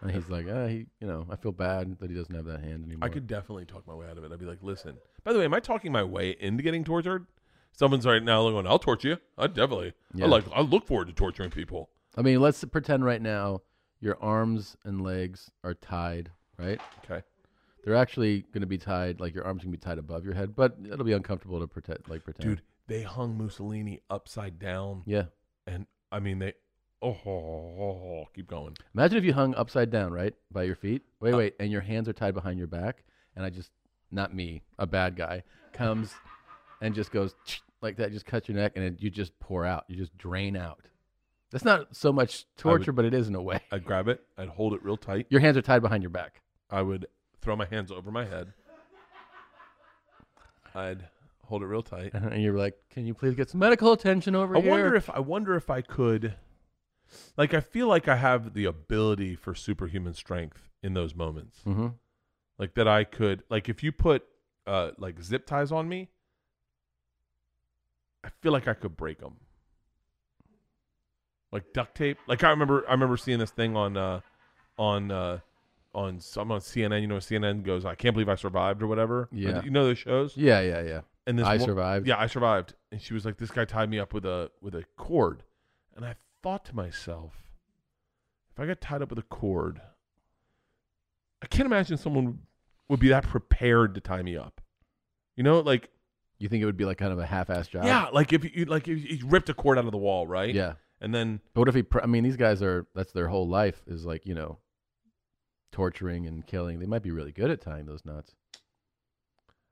Speaker 1: and he's like ah, he you know i feel bad that he doesn't have that hand anymore
Speaker 2: I could definitely talk my way out of it. I'd be like, listen. By the way, am I talking my way into getting tortured? Someone's right now going, I'll torture you. I definitely.
Speaker 1: Yeah.
Speaker 2: I like. I look forward to torturing people.
Speaker 1: i mean let's pretend right now your arms and legs are tied right
Speaker 2: Okay.
Speaker 1: they're actually gonna be tied like your arms can be tied above your head but it'll be uncomfortable to pretend like pretend
Speaker 2: Dude, they hung Mussolini upside down,
Speaker 1: yeah
Speaker 2: and I mean they. Oh, oh, keep going.
Speaker 1: imagine if you hung upside down right by your feet wait
Speaker 2: Oh.
Speaker 1: wait and your hands are tied behind your back and i just not me a bad guy comes and just goes like that, just cuts your neck, and it, you just pour out. You just drain out. That's not so much torture, but it is in a way.
Speaker 2: I'd grab it. I'd hold it real tight.
Speaker 1: Your hands are tied behind your back.
Speaker 2: I would throw my hands over my head. I'd Hold it real tight.
Speaker 1: and you're like, can you please get some medical attention over
Speaker 2: I
Speaker 1: here?
Speaker 2: wonder if I wonder if I could like I feel like I have the ability for superhuman strength in those moments.
Speaker 1: hmm
Speaker 2: Like that I could like if you put uh like zip ties on me, I feel like I could break them. Like duct tape. Like I remember I remember seeing this thing on uh on uh on some on CNN, you know, CNN goes, I can't believe I survived or whatever. Or
Speaker 1: Yeah.
Speaker 2: th- You know those shows?
Speaker 1: Yeah, yeah, yeah.
Speaker 2: And this
Speaker 1: I
Speaker 2: wo-
Speaker 1: survived.
Speaker 2: Yeah, I survived. And she was like, "This guy tied me up with a with a cord," and I thought to myself, "If I got tied up with a cord, I can't imagine someone would be that prepared to tie me up." You know, like
Speaker 1: You think it would be like kind of a half-ass job?
Speaker 2: yeah, like if you like if you ripped a cord out of the wall, right?
Speaker 1: Yeah.
Speaker 2: and then
Speaker 1: But what if he? Pr- I mean, these guys are. That's their whole life is like you know, torturing and killing. They might be really good at tying those knots.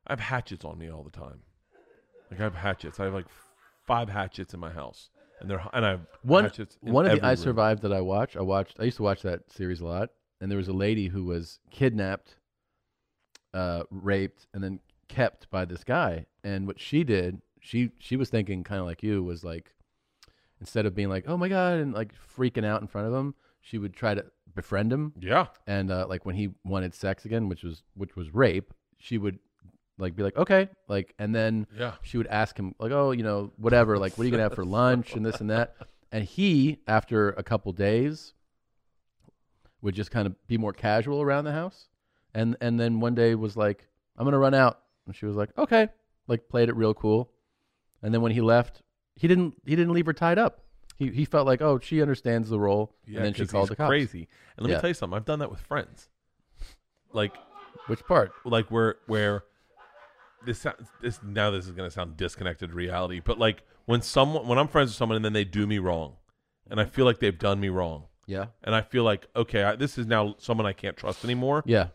Speaker 2: I have hatchets on me all the time. Like I have hatchets. I have like five hatchets in my house, and they're and I have
Speaker 1: One
Speaker 2: hatchets in
Speaker 1: one of the
Speaker 2: every
Speaker 1: I
Speaker 2: room.
Speaker 1: survived that I watched. I watched. I used to watch that series a lot, and there was a lady who was kidnapped, uh, raped, and then kept by this guy. And what she did, she she was thinking kind of like you was like, instead of being like, oh my god, and like freaking out in front of him, she would try to befriend him.
Speaker 2: Yeah,
Speaker 1: and uh, like when he wanted sex again, which was which was rape, she would like be like, okay, like, and then
Speaker 2: Yeah.
Speaker 1: she would ask him like, oh, you know, whatever, like, what are you gonna have for lunch and this and that, and he after a couple days would just kind of be more casual around the house, and and then one day was like, I'm gonna run out, and she was like, okay, like played it real cool, and then when he left, he didn't he didn't leave her tied up. He, he felt like oh she understands the role
Speaker 2: Yeah,
Speaker 1: and then she
Speaker 2: 'cause
Speaker 1: called
Speaker 2: he's
Speaker 1: the cops.
Speaker 2: Crazy. And let me
Speaker 1: Yeah.
Speaker 2: tell you something. I've done that with friends. Like,
Speaker 1: Which part?
Speaker 2: like where where this sounds this now this is gonna sound disconnected to reality, but like when someone when I'm friends with someone and then they do me wrong, and I feel like they've done me wrong,
Speaker 1: Yeah.
Speaker 2: and I feel like okay, I, this is now someone I can't trust anymore.
Speaker 1: Yeah.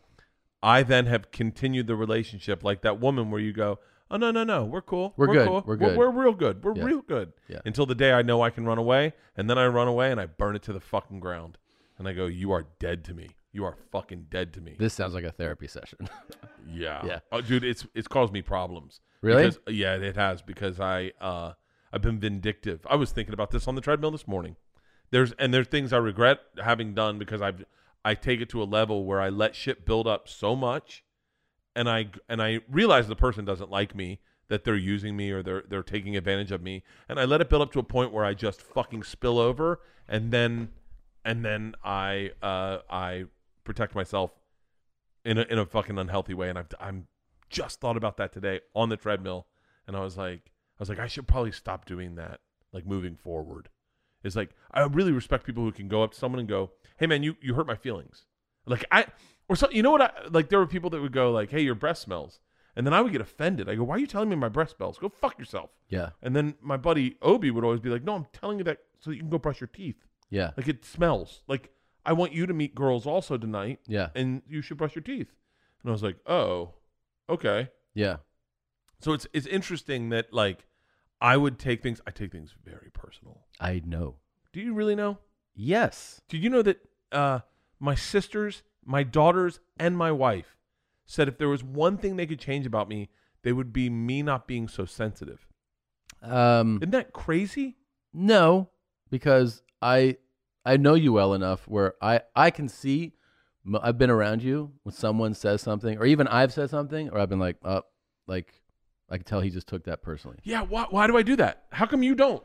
Speaker 2: I then have continued the relationship like that woman where you go. Oh no no no! We're cool.
Speaker 1: We're good.
Speaker 2: Cool.
Speaker 1: We're good."
Speaker 2: We're, real good. We're
Speaker 1: Yeah.
Speaker 2: real good.
Speaker 1: Yeah.
Speaker 2: Until the day I know I can run away, and then I run away and I burn it to the fucking ground, and I go, "You are dead to me. You are fucking dead to me."
Speaker 1: This sounds like a therapy session.
Speaker 2: Yeah.
Speaker 1: Yeah.
Speaker 2: Oh, dude, it's it's caused me problems.
Speaker 1: Really?
Speaker 2: Because- yeah, it has because I uh I've been vindictive. I was thinking about this on the treadmill this morning. There's and there's things I regret having done because I've I take it to a level where I let shit build up so much and I and I realize the person doesn't like me that they're using me or they're they're taking advantage of me and I let it build up to a point where I just fucking spill over and then and then I uh I protect myself in a, in a fucking unhealthy way and I've I'm just thought about that today on the treadmill and I was like I was like I should probably stop doing that like moving forward. It's like I really respect people who can go up to someone and go, "Hey man, you you hurt my feelings." Like I or so you know what I like there were people that would go like, "Hey, your breath smells." And then I would get offended. I go, "Why are you telling me my breath smells? Go fuck yourself."
Speaker 1: yeah.
Speaker 2: And then my buddy Obi would always be like, "No, I'm telling you that so that you can go brush your teeth.
Speaker 1: Yeah.
Speaker 2: Like it smells. Like I want you to meet girls also tonight
Speaker 1: Yeah.
Speaker 2: and you should brush your teeth." And I was like, "Oh, okay."
Speaker 1: Yeah.
Speaker 2: So it's it's interesting that like I would take things I take things very personal.
Speaker 1: I know.
Speaker 2: Do you really know?
Speaker 1: Yes.
Speaker 2: Did you know that uh, my sisters, my daughters, and my wife said if there was one thing they could change about me, they would be me not being so sensitive.
Speaker 1: Um
Speaker 2: Isn't that crazy?
Speaker 1: no, because I I know you well enough where I I can see m- I've been around you when someone says something or even I've said something or I've been like, "Uh, like I can tell he just took that personally."
Speaker 2: Yeah. Why, why do I do that? How come you don't?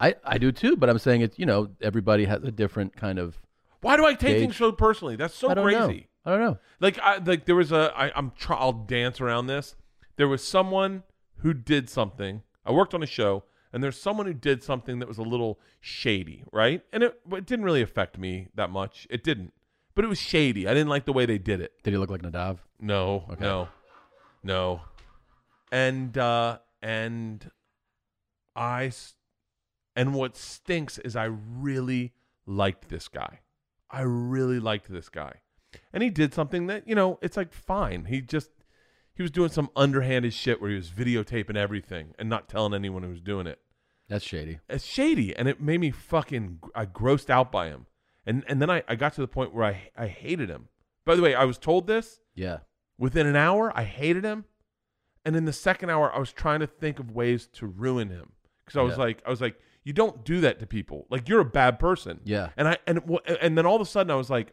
Speaker 1: I I do too, but I'm saying it's, you know, everybody has a different kind of
Speaker 2: Why do I take
Speaker 1: Gage.
Speaker 2: things so personally? That's so
Speaker 1: I don't
Speaker 2: crazy.
Speaker 1: know. I don't know.
Speaker 2: Like I like there was a I, I'm try, I'll dance around this. There was someone who did something. I worked on a show, and there's someone who did something that was a little shady, right? And it, it didn't really affect me that much. It didn't, but it was shady. I didn't like the way they did it.
Speaker 1: Did he look like Nadav?
Speaker 2: No,
Speaker 1: Okay.
Speaker 2: no, no. And uh and I s- and what stinks is I really liked this guy. I really liked this guy. And he did something that, you know, it's like fine. He just he was doing some underhanded shit where he was videotaping everything and not telling anyone who was doing it
Speaker 1: That's shady.
Speaker 2: it's shady and it made me fucking i grossed out by him and and then i, I got to the point where I, I hated him by the way i was told this
Speaker 1: Yeah.
Speaker 2: within an hour i hated him And in the second hour, I was trying to think of ways to ruin him because I was
Speaker 1: Yeah.
Speaker 2: like, I was like, you don't do that to people. Like you're a bad person.
Speaker 1: Yeah.
Speaker 2: And I and it wa- and then all of a sudden I was like,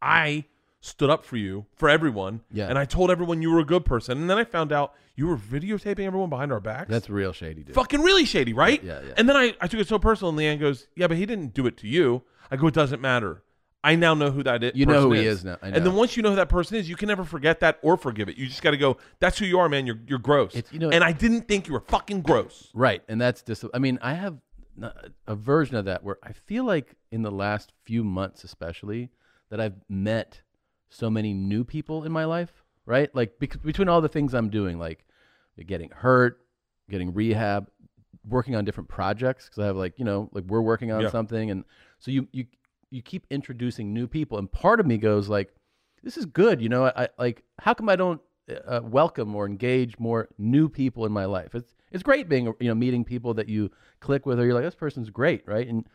Speaker 2: I stood up for you for everyone.
Speaker 1: Yeah.
Speaker 2: And I told everyone you were a good person, and then I found out you were videotaping everyone behind our backs.
Speaker 1: That's real shady, dude.
Speaker 2: fucking really shady, right?
Speaker 1: Yeah, yeah.
Speaker 2: And then I, I took it so personal, and Leanne goes, "Yeah, but he didn't do it to you." I go, "It doesn't matter. I now know who that is.
Speaker 1: You know who
Speaker 2: person
Speaker 1: he is now. I
Speaker 2: And
Speaker 1: know.
Speaker 2: then once you know who that person is, you can never forget that or forgive it. You just got to go. That's who you are, man. You're you're gross.
Speaker 1: It's- you know-
Speaker 2: and I didn't think you were fucking gross.
Speaker 1: Right, and that's dis. I mean, I have n- a version of that where I feel like in the last few months, especially, that I've met so many new people in my life. Right, like because between all the things I'm doing, like getting hurt, getting rehab, working on different projects, because I have like you know, like we're working on
Speaker 2: Yeah.
Speaker 1: something, and so you you you keep introducing new people, and part of me goes like, this is good. You know, I, I like how come I don't uh, welcome or engage more new people in my life? It's it's great being you know meeting people that you click with, or you're like this person's great, right? And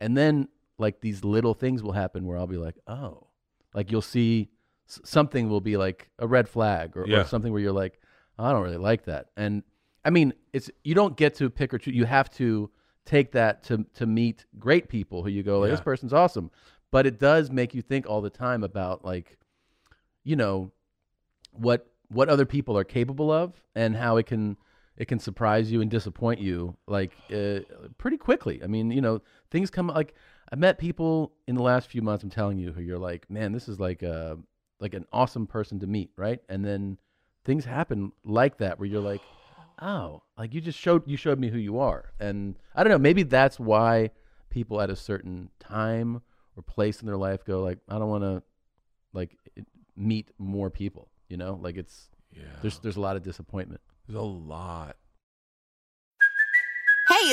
Speaker 1: and then like these little things will happen where I'll be like, oh, like you'll see s- something will be like a red flag or,
Speaker 2: Yeah.
Speaker 1: or something where you're like, I don't really like that. And I mean, it's you don't get to pick or choose. You have to take that to to meet great people who you go like this person's awesome. But it does make you think all the time about like you know what what other people are capable of and how it can it can surprise you and disappoint you like uh, pretty quickly i mean you know things come like i met people in the last few months i'm telling you who you're like man this is like a like an awesome person to meet right and then things happen like that where you're like oh like you just showed you showed me who you are and i don't know maybe that's why people at a certain time or place in their life go like i don't want to like it- meet more people. You know, like it's
Speaker 2: Yeah.
Speaker 1: there's there's a lot of disappointment.
Speaker 2: There's a lot.
Speaker 9: Hey,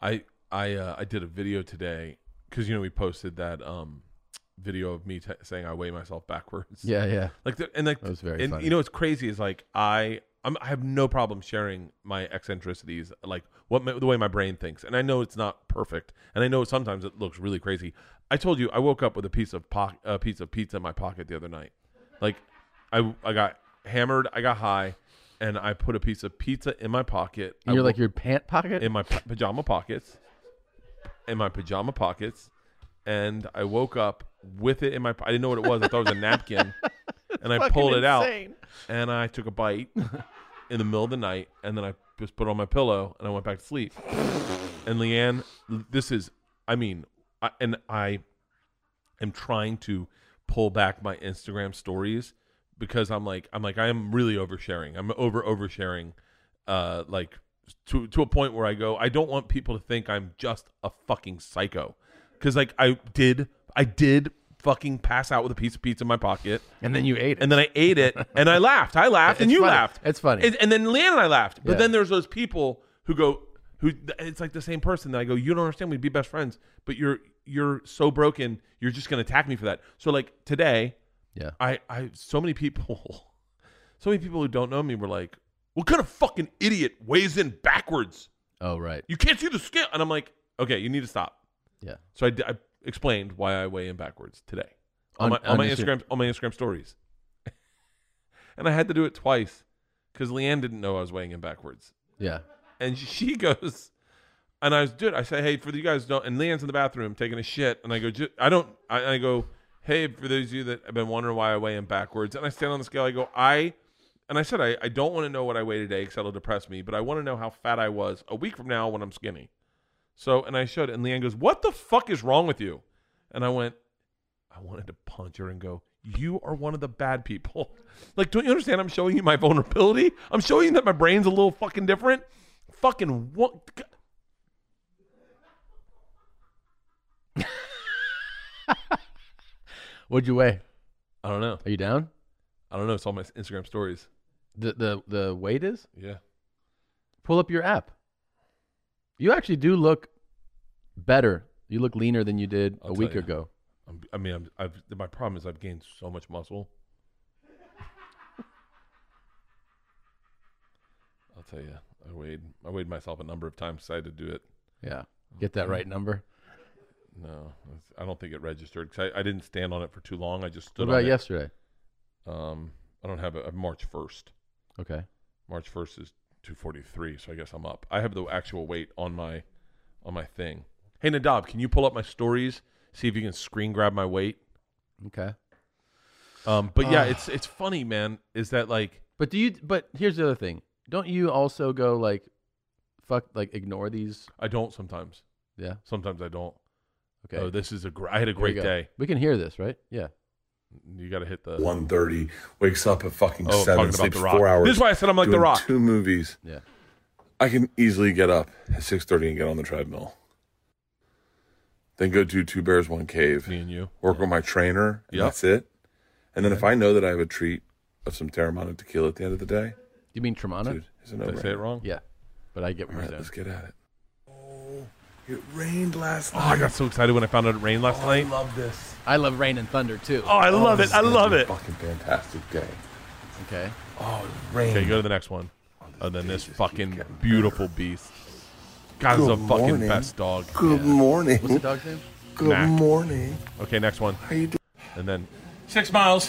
Speaker 2: I I uh, I did a video today because you know we posted that um video of me t- saying I weigh myself backwards.
Speaker 1: Yeah, yeah.
Speaker 2: Like the, and like
Speaker 1: That was very
Speaker 2: and
Speaker 1: funny.
Speaker 2: you know what's crazy is like I I'm, I have no problem sharing my eccentricities like what my, the way my brain thinks and I know it's not perfect and I know sometimes it looks really crazy. I told you I woke up with a piece of po- a piece of pizza in my pocket the other night. Like I I got hammered, I got high and I put a piece of pizza in my pocket.
Speaker 1: And
Speaker 2: I
Speaker 1: you're like
Speaker 2: woke-
Speaker 1: your pant pocket.
Speaker 2: in my pa- pajama pockets, in my pajama pockets, and I woke up with it in my. I didn't know what it was. I thought it was a napkin, and I pulled it
Speaker 1: insane.
Speaker 2: out, and I took a bite in the middle of the night, and then I just put it on my pillow, and I went back to sleep. And Leanne, this is, I mean, I, and I am trying to pull back my Instagram stories because I'm like, I'm like, I am really oversharing. I'm over oversharing, uh, like to to a point where I go, I don't want people to think I'm just a fucking psycho, because like I did, I did fucking pass out with a piece of pizza in my pocket.
Speaker 1: and then you ate it.
Speaker 2: And then I ate it and I laughed. I laughed and
Speaker 1: It's
Speaker 2: you
Speaker 1: funny.
Speaker 2: laughed.
Speaker 1: It's funny.
Speaker 2: And, and then Leanne and I laughed. But
Speaker 1: Yeah.
Speaker 2: then there's those people who go, who it's like the same person that I go, you don't understand. We'd be best friends, but you're you're so broken. You're just gonna attack me for that. So like today,
Speaker 1: yeah.
Speaker 2: I I so many people, so many people who don't know me were like, what kind of fucking idiot weighs in backwards?
Speaker 1: Oh right.
Speaker 2: You can't see the scale. And I'm like, okay, you need to stop.
Speaker 1: Yeah.
Speaker 2: So I, d- I explained why I weigh in backwards today
Speaker 1: On-
Speaker 2: on, my, on
Speaker 1: on
Speaker 2: my
Speaker 1: Instagram.
Speaker 2: Instagram on my Instagram stories, and I had to do it twice because Leanne didn't know I was weighing in backwards,
Speaker 1: Yeah.
Speaker 2: and she goes, and I was dude, I say hey for you guys who don't, and Leanne's in the bathroom taking a shit, and I go "Ju- I don't I, I go hey for those of you that have been wondering why I weigh in backwards, and I stand on the scale, I go I. And I said, I, I don't want to know what I weigh today because that'll depress me, but I want to know how fat I was a week from now when I'm skinny. So, and I showed it, and Leanne goes, What the fuck is wrong with you? And I went, I wanted to punch her and go, You are one of the bad people. Like, don't you understand? I'm showing you my vulnerability. I'm showing you that my brain's a little fucking different. Fucking what?
Speaker 1: What'd you weigh?
Speaker 2: I don't know.
Speaker 1: Are you down?
Speaker 2: I don't know. It's all my Instagram stories.
Speaker 1: The the the weight is?
Speaker 2: Yeah.
Speaker 1: Pull up your app. You actually do look better. You look leaner than you did
Speaker 2: I'll
Speaker 1: a week
Speaker 2: tell ya.
Speaker 1: ago.
Speaker 2: I'm, I mean, I'm, I've, my problem is I've gained so much muscle. I'll tell you, I weighed I weighed myself a number of times. Decided to do it.
Speaker 1: Yeah.
Speaker 2: Oh,
Speaker 1: Get that right number.
Speaker 2: No, it's- I don't think it registered because I, I didn't stand on it for too long. I just stood.
Speaker 1: What
Speaker 2: on
Speaker 1: about
Speaker 2: it.
Speaker 1: yesterday?
Speaker 2: Um, I don't have a, a March first.
Speaker 1: Okay.
Speaker 2: March first is two forty three, so I guess I'm up. I have the actual weight on my on my thing. Hey Nadab, can you pull up my stories? See if you can screen grab my weight.
Speaker 1: Okay.
Speaker 2: Um, but yeah,
Speaker 1: Ah.
Speaker 2: it's it's funny, man. Is that like
Speaker 1: But do you but here's the other thing. Don't you also go like fuck like ignore these
Speaker 2: I don't sometimes.
Speaker 1: Yeah.
Speaker 2: Sometimes I don't.
Speaker 1: Okay.
Speaker 2: Oh, this is a gr- I had a
Speaker 1: Here we
Speaker 2: great
Speaker 1: go.
Speaker 2: day.
Speaker 1: We can hear this, right? Yeah.
Speaker 2: You got to hit the
Speaker 3: 1.30, wakes up at fucking 7,
Speaker 2: Oh, talking about
Speaker 3: sleeps
Speaker 2: The Rock.
Speaker 3: 4 hours.
Speaker 2: This is why I said I'm like The
Speaker 3: doing
Speaker 2: Rock.
Speaker 3: two movies.
Speaker 1: Yeah.
Speaker 3: I can easily get up at 6.30 and get on the treadmill. Then go do Two Bears, One Cave.
Speaker 2: Me and you.
Speaker 3: Work with my trainer, and
Speaker 2: Yep.
Speaker 3: that's it. And then if I know that I have a treat of some Terramana tequila at the end of the day,
Speaker 1: You mean Tremana?
Speaker 3: dude, it's a
Speaker 2: Did I say it
Speaker 3: no-brainer.
Speaker 2: wrong?
Speaker 1: Yeah. But I get what
Speaker 3: All right,
Speaker 1: you're
Speaker 3: let's
Speaker 1: saying.
Speaker 3: get at it. Oh, it rained last
Speaker 2: Oh, I got so excited when I found out it rained last night.
Speaker 3: love this.
Speaker 1: I love rain and thunder too.
Speaker 2: Oh, I love
Speaker 3: this
Speaker 2: it. I
Speaker 3: is
Speaker 2: love
Speaker 3: a
Speaker 2: it.
Speaker 3: Fucking fantastic day.
Speaker 1: Okay.
Speaker 3: Oh, it rained.
Speaker 2: Okay, go to the next one. And then
Speaker 3: day
Speaker 2: this
Speaker 3: just keeps
Speaker 2: fucking
Speaker 3: getting
Speaker 2: beautiful beast. God is the
Speaker 3: Good
Speaker 2: fucking
Speaker 3: morning.
Speaker 2: best dog.
Speaker 3: Good morning.
Speaker 1: What's the dog's name?
Speaker 3: Good
Speaker 2: Mac.
Speaker 3: morning.
Speaker 2: Okay, next one.
Speaker 3: How you doing?
Speaker 2: And then six miles,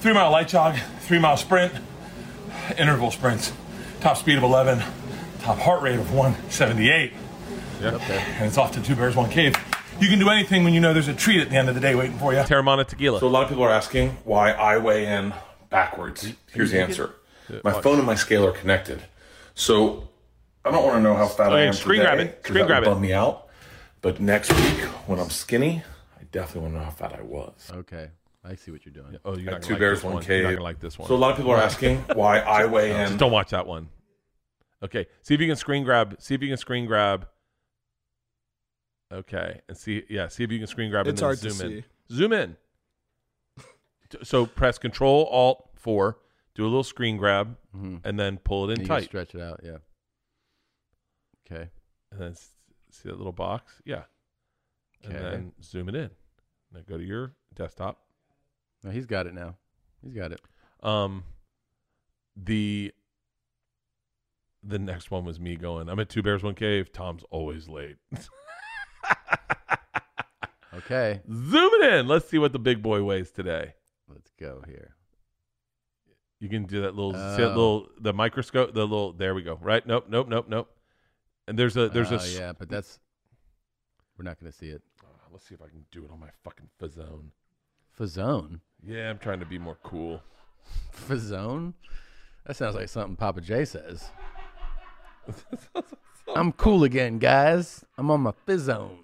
Speaker 2: three mile light jog, three mile sprint, interval sprints, top speed of 11, top heart rate of 178.
Speaker 1: It's up there.
Speaker 2: and it's off to Two Bears One Cave. You can do anything when you know there's a treat at the end of the day waiting for you. Terramana tequila.
Speaker 3: So a lot of people are asking why I weigh in backwards. Here's the answer. My phone and my scale are connected. So I don't want to know how fat I
Speaker 2: Okay,
Speaker 3: am
Speaker 2: screen
Speaker 3: today,
Speaker 2: grab it.
Speaker 3: 'cause
Speaker 2: Screen
Speaker 3: that
Speaker 2: grab
Speaker 3: would
Speaker 2: it.
Speaker 3: bum me out. But next week, when I'm skinny, I definitely want to know how fat I was.
Speaker 1: Okay. I see what you're doing.
Speaker 2: oh, you're not
Speaker 3: Two
Speaker 2: gonna
Speaker 3: bears,
Speaker 2: like this
Speaker 3: one
Speaker 2: You're not
Speaker 3: cave.
Speaker 2: gonna like this one.
Speaker 3: So um, a lot of people are asking why I weigh
Speaker 2: No,
Speaker 3: in.
Speaker 2: just don't watch that one. Okay, see if you can screen grab. See if you can screen grab. Okay, and see yeah, see if you can screen grab
Speaker 4: It's
Speaker 2: and then
Speaker 4: hard to
Speaker 2: zoom in.
Speaker 4: see.
Speaker 2: Zoom in. T- So press Control Alt Four. Do a little screen grab
Speaker 1: Mhm.
Speaker 2: and then pull it in
Speaker 1: You can
Speaker 2: tight.
Speaker 1: stretch it out, yeah. Okay.
Speaker 2: and then s- see that little box? Yeah. And
Speaker 1: Okay.
Speaker 2: then zoom it in. Now go to your desktop.
Speaker 1: No, he's got it now. He's got it.
Speaker 2: Um the the next one was me going, I'm at Two Bears One Cave. Tom's always late.
Speaker 1: Okay.
Speaker 2: zoom it in. Let's see what the big boy weighs today.
Speaker 1: Let's go here.
Speaker 2: You can do that little see that
Speaker 1: Oh.
Speaker 2: little the microscope, the little there we go. Right? Nope, nope, nope, nope. And there's a there's a
Speaker 1: Oh,
Speaker 2: s-
Speaker 1: yeah, but that's we're not gonna see it.
Speaker 2: let's see if I can do it on my fucking Fazone.
Speaker 1: Fazone.
Speaker 2: Yeah, I'm trying to be more cool.
Speaker 1: Fazone? That sounds like something Papa J says. I'm cool again, guys. I'm on my fizzone.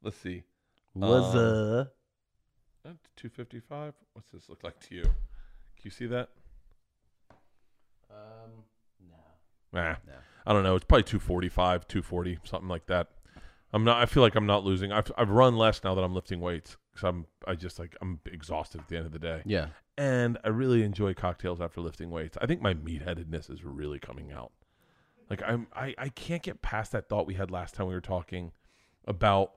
Speaker 2: Let's see.
Speaker 1: Was uh
Speaker 2: Two fifty five. What's this look like to you? Can you see that?
Speaker 1: um,
Speaker 2: Nah, I don't know. It's probably two forty five, two forty, something like that. I'm not. I feel like I'm not losing. I've I've run less now that I'm lifting weights because I'm I just like I'm exhausted at the end of the day.
Speaker 1: Yeah.
Speaker 2: And I really enjoy cocktails after lifting weights. I think my meatheadedness is really coming out. Like I'm I I can't get past that thought we had last time we were talking about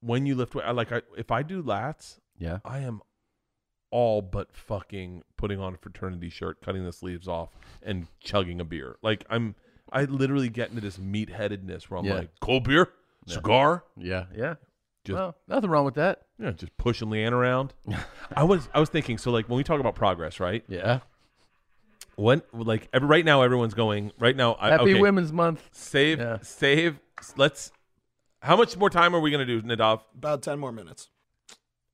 Speaker 2: when you lift weight. I like I if I do lats,
Speaker 1: Yeah.
Speaker 2: I am all but fucking putting on a fraternity shirt, cutting the sleeves off, and chugging a beer. Like I'm, I literally get into this meatheadedness where I'm
Speaker 1: Yeah.
Speaker 2: like cold beer, cigar,
Speaker 1: Yeah. Yeah.
Speaker 2: Just-
Speaker 1: well, nothing wrong with that.
Speaker 2: you know, just pushing Leanne around. I was, I was thinking. So like when we talk about progress, right?
Speaker 1: Yeah.
Speaker 2: When like every, right now everyone's going right now. I,
Speaker 1: Happy
Speaker 2: okay,
Speaker 1: Women's Month.
Speaker 2: Save,
Speaker 1: Yeah.
Speaker 2: save. Let's. How much more time are we gonna do, Nadav?
Speaker 4: About 10 more minutes.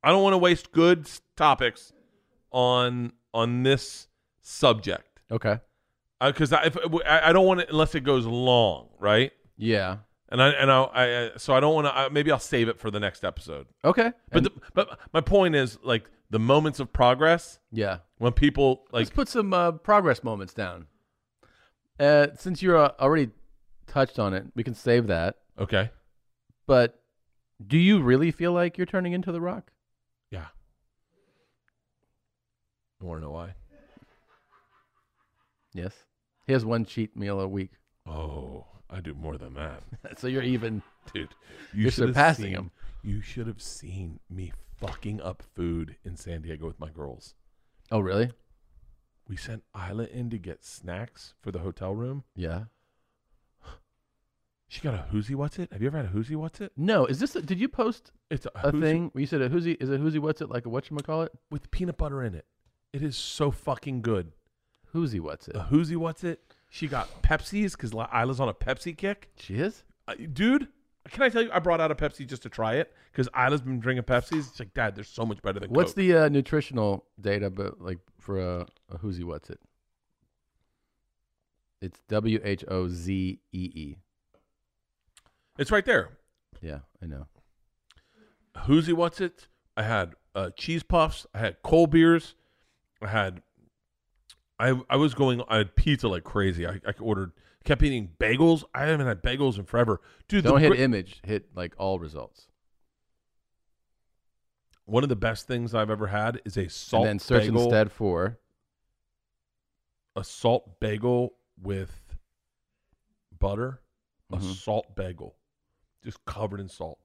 Speaker 2: I don't want to waste good s- topics on on this subject.
Speaker 1: Okay.
Speaker 2: because Uh, I, if, I I don't want it unless it goes long, right?
Speaker 1: Yeah.
Speaker 2: And I and I, I uh, so I don't want to. Maybe I'll save it for the next episode.
Speaker 1: Okay.
Speaker 2: But the, but my point is like the moments of progress
Speaker 1: yeah.
Speaker 2: when people like
Speaker 1: Let's put some uh, progress moments down. Uh, since you're uh, already touched on it, we can save that.
Speaker 2: okay
Speaker 1: But do you really feel like you're turning into the Rock?
Speaker 2: yeah I want to know why.
Speaker 1: Yes. He has one cheat meal a week.
Speaker 2: Oh, I do more than that.
Speaker 1: so you're even.
Speaker 2: Dude,
Speaker 1: You're
Speaker 2: should have
Speaker 1: surpassing
Speaker 2: seen-
Speaker 1: him.
Speaker 2: You should have seen me fucking up food in San Diego with my girls.
Speaker 1: Oh, really?
Speaker 2: We sent Isla in to get snacks for the hotel room.
Speaker 1: Yeah.
Speaker 2: She got a Hoosie What's It. Have you ever had a Hoosie What's It?
Speaker 1: No, is this? A, did you post
Speaker 2: It's a,
Speaker 1: a
Speaker 2: Hoosie
Speaker 1: thing where you said a hoosie? Is a hoosie? What's it like? A what call it?
Speaker 2: with peanut butter in it. It is so fucking good.
Speaker 1: Hoosie? What's it?
Speaker 2: A Hoosie What's It. She got Pepsis because Isla's on a Pepsi kick.
Speaker 1: She is.
Speaker 2: Uh, dude, can I tell you? I brought out a Pepsi just to try it because Isla's been drinking Pepsis. It's like, Dad, they're so much better than
Speaker 1: What's
Speaker 2: Coke.
Speaker 1: the uh, nutritional data? But like for a, a hoosie, what's it? It's W H O Z E E.
Speaker 2: It's right there.
Speaker 1: Yeah, I know.
Speaker 2: Hoosie What's It. I had uh, cheese puffs. I had cold beers. I had. I I was going. I had pizza like crazy. I, I ordered. Kept eating bagels. I haven't had bagels in forever, dude. the
Speaker 1: Don't hit
Speaker 2: gri-
Speaker 1: image. Hit like all results.
Speaker 2: One of the best things I've ever had is a salt
Speaker 1: and then search
Speaker 2: bagel.
Speaker 1: instead for
Speaker 2: a salt bagel with butter, a
Speaker 1: Mhm.
Speaker 2: salt bagel, just covered in salt.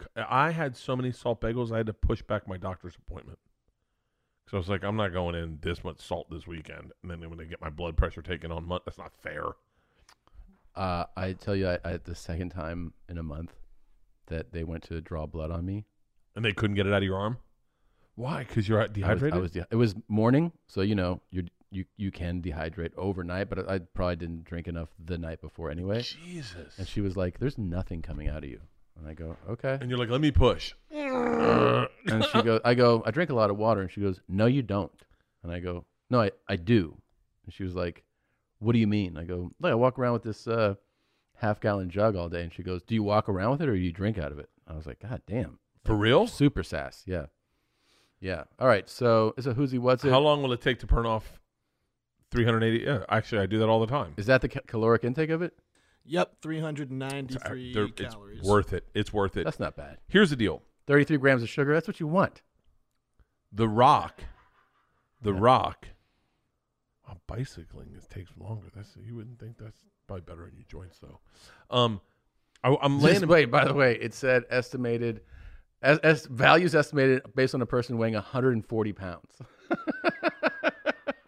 Speaker 2: C- I had so many salt bagels, I had to push back my doctor's appointment. So I was like, I'm not going in this much salt this weekend. And then when they get my blood pressure taken on, month, that's not fair.
Speaker 1: Uh, I tell you, I, I the second time in a month that they went to draw blood on me.
Speaker 2: And they couldn't get it out of your arm. Why? Because you're out
Speaker 1: I was-
Speaker 2: dehydrated.
Speaker 1: I was, de- it was morning, so you know you you you can dehydrate overnight, but I, I probably didn't drink enough the night before anyway.
Speaker 2: Jesus.
Speaker 1: And she was like, "There's nothing coming out of you," and I go, "Okay."
Speaker 2: And you're like, let me push.
Speaker 1: And she goes, "I go, I drink a lot of water," and she goes, "No, you don't." And I go, "No, I I do." And she was like, "What do you mean?" I go, "Look, I walk around with this uh, half gallon jug all day," and she goes, "Do you walk around with it or do you drink out of it?" I was like, "God damn."
Speaker 2: For real?
Speaker 1: Super sass, yeah. Yeah. All right. So it's a who's what's it?
Speaker 2: How long will it take to burn off 380? Yeah, actually, I do that all the time.
Speaker 1: Is that the ca- caloric intake of it?
Speaker 4: Yep,
Speaker 2: I-
Speaker 4: 393
Speaker 2: uh, they're-
Speaker 4: calories.
Speaker 2: It's worth it. It's worth it.
Speaker 1: That's not bad.
Speaker 2: Here's the deal.
Speaker 1: 33 grams of sugar. That's what you want.
Speaker 2: The Rock, The Rock. Oh, bicycling this takes longer. That's you wouldn't think that's probably better in your joints though. Um, I, I'm
Speaker 1: This,
Speaker 2: laying.
Speaker 1: wait, by the way, it said estimated, as, as values estimated based on a person weighing 140 pounds.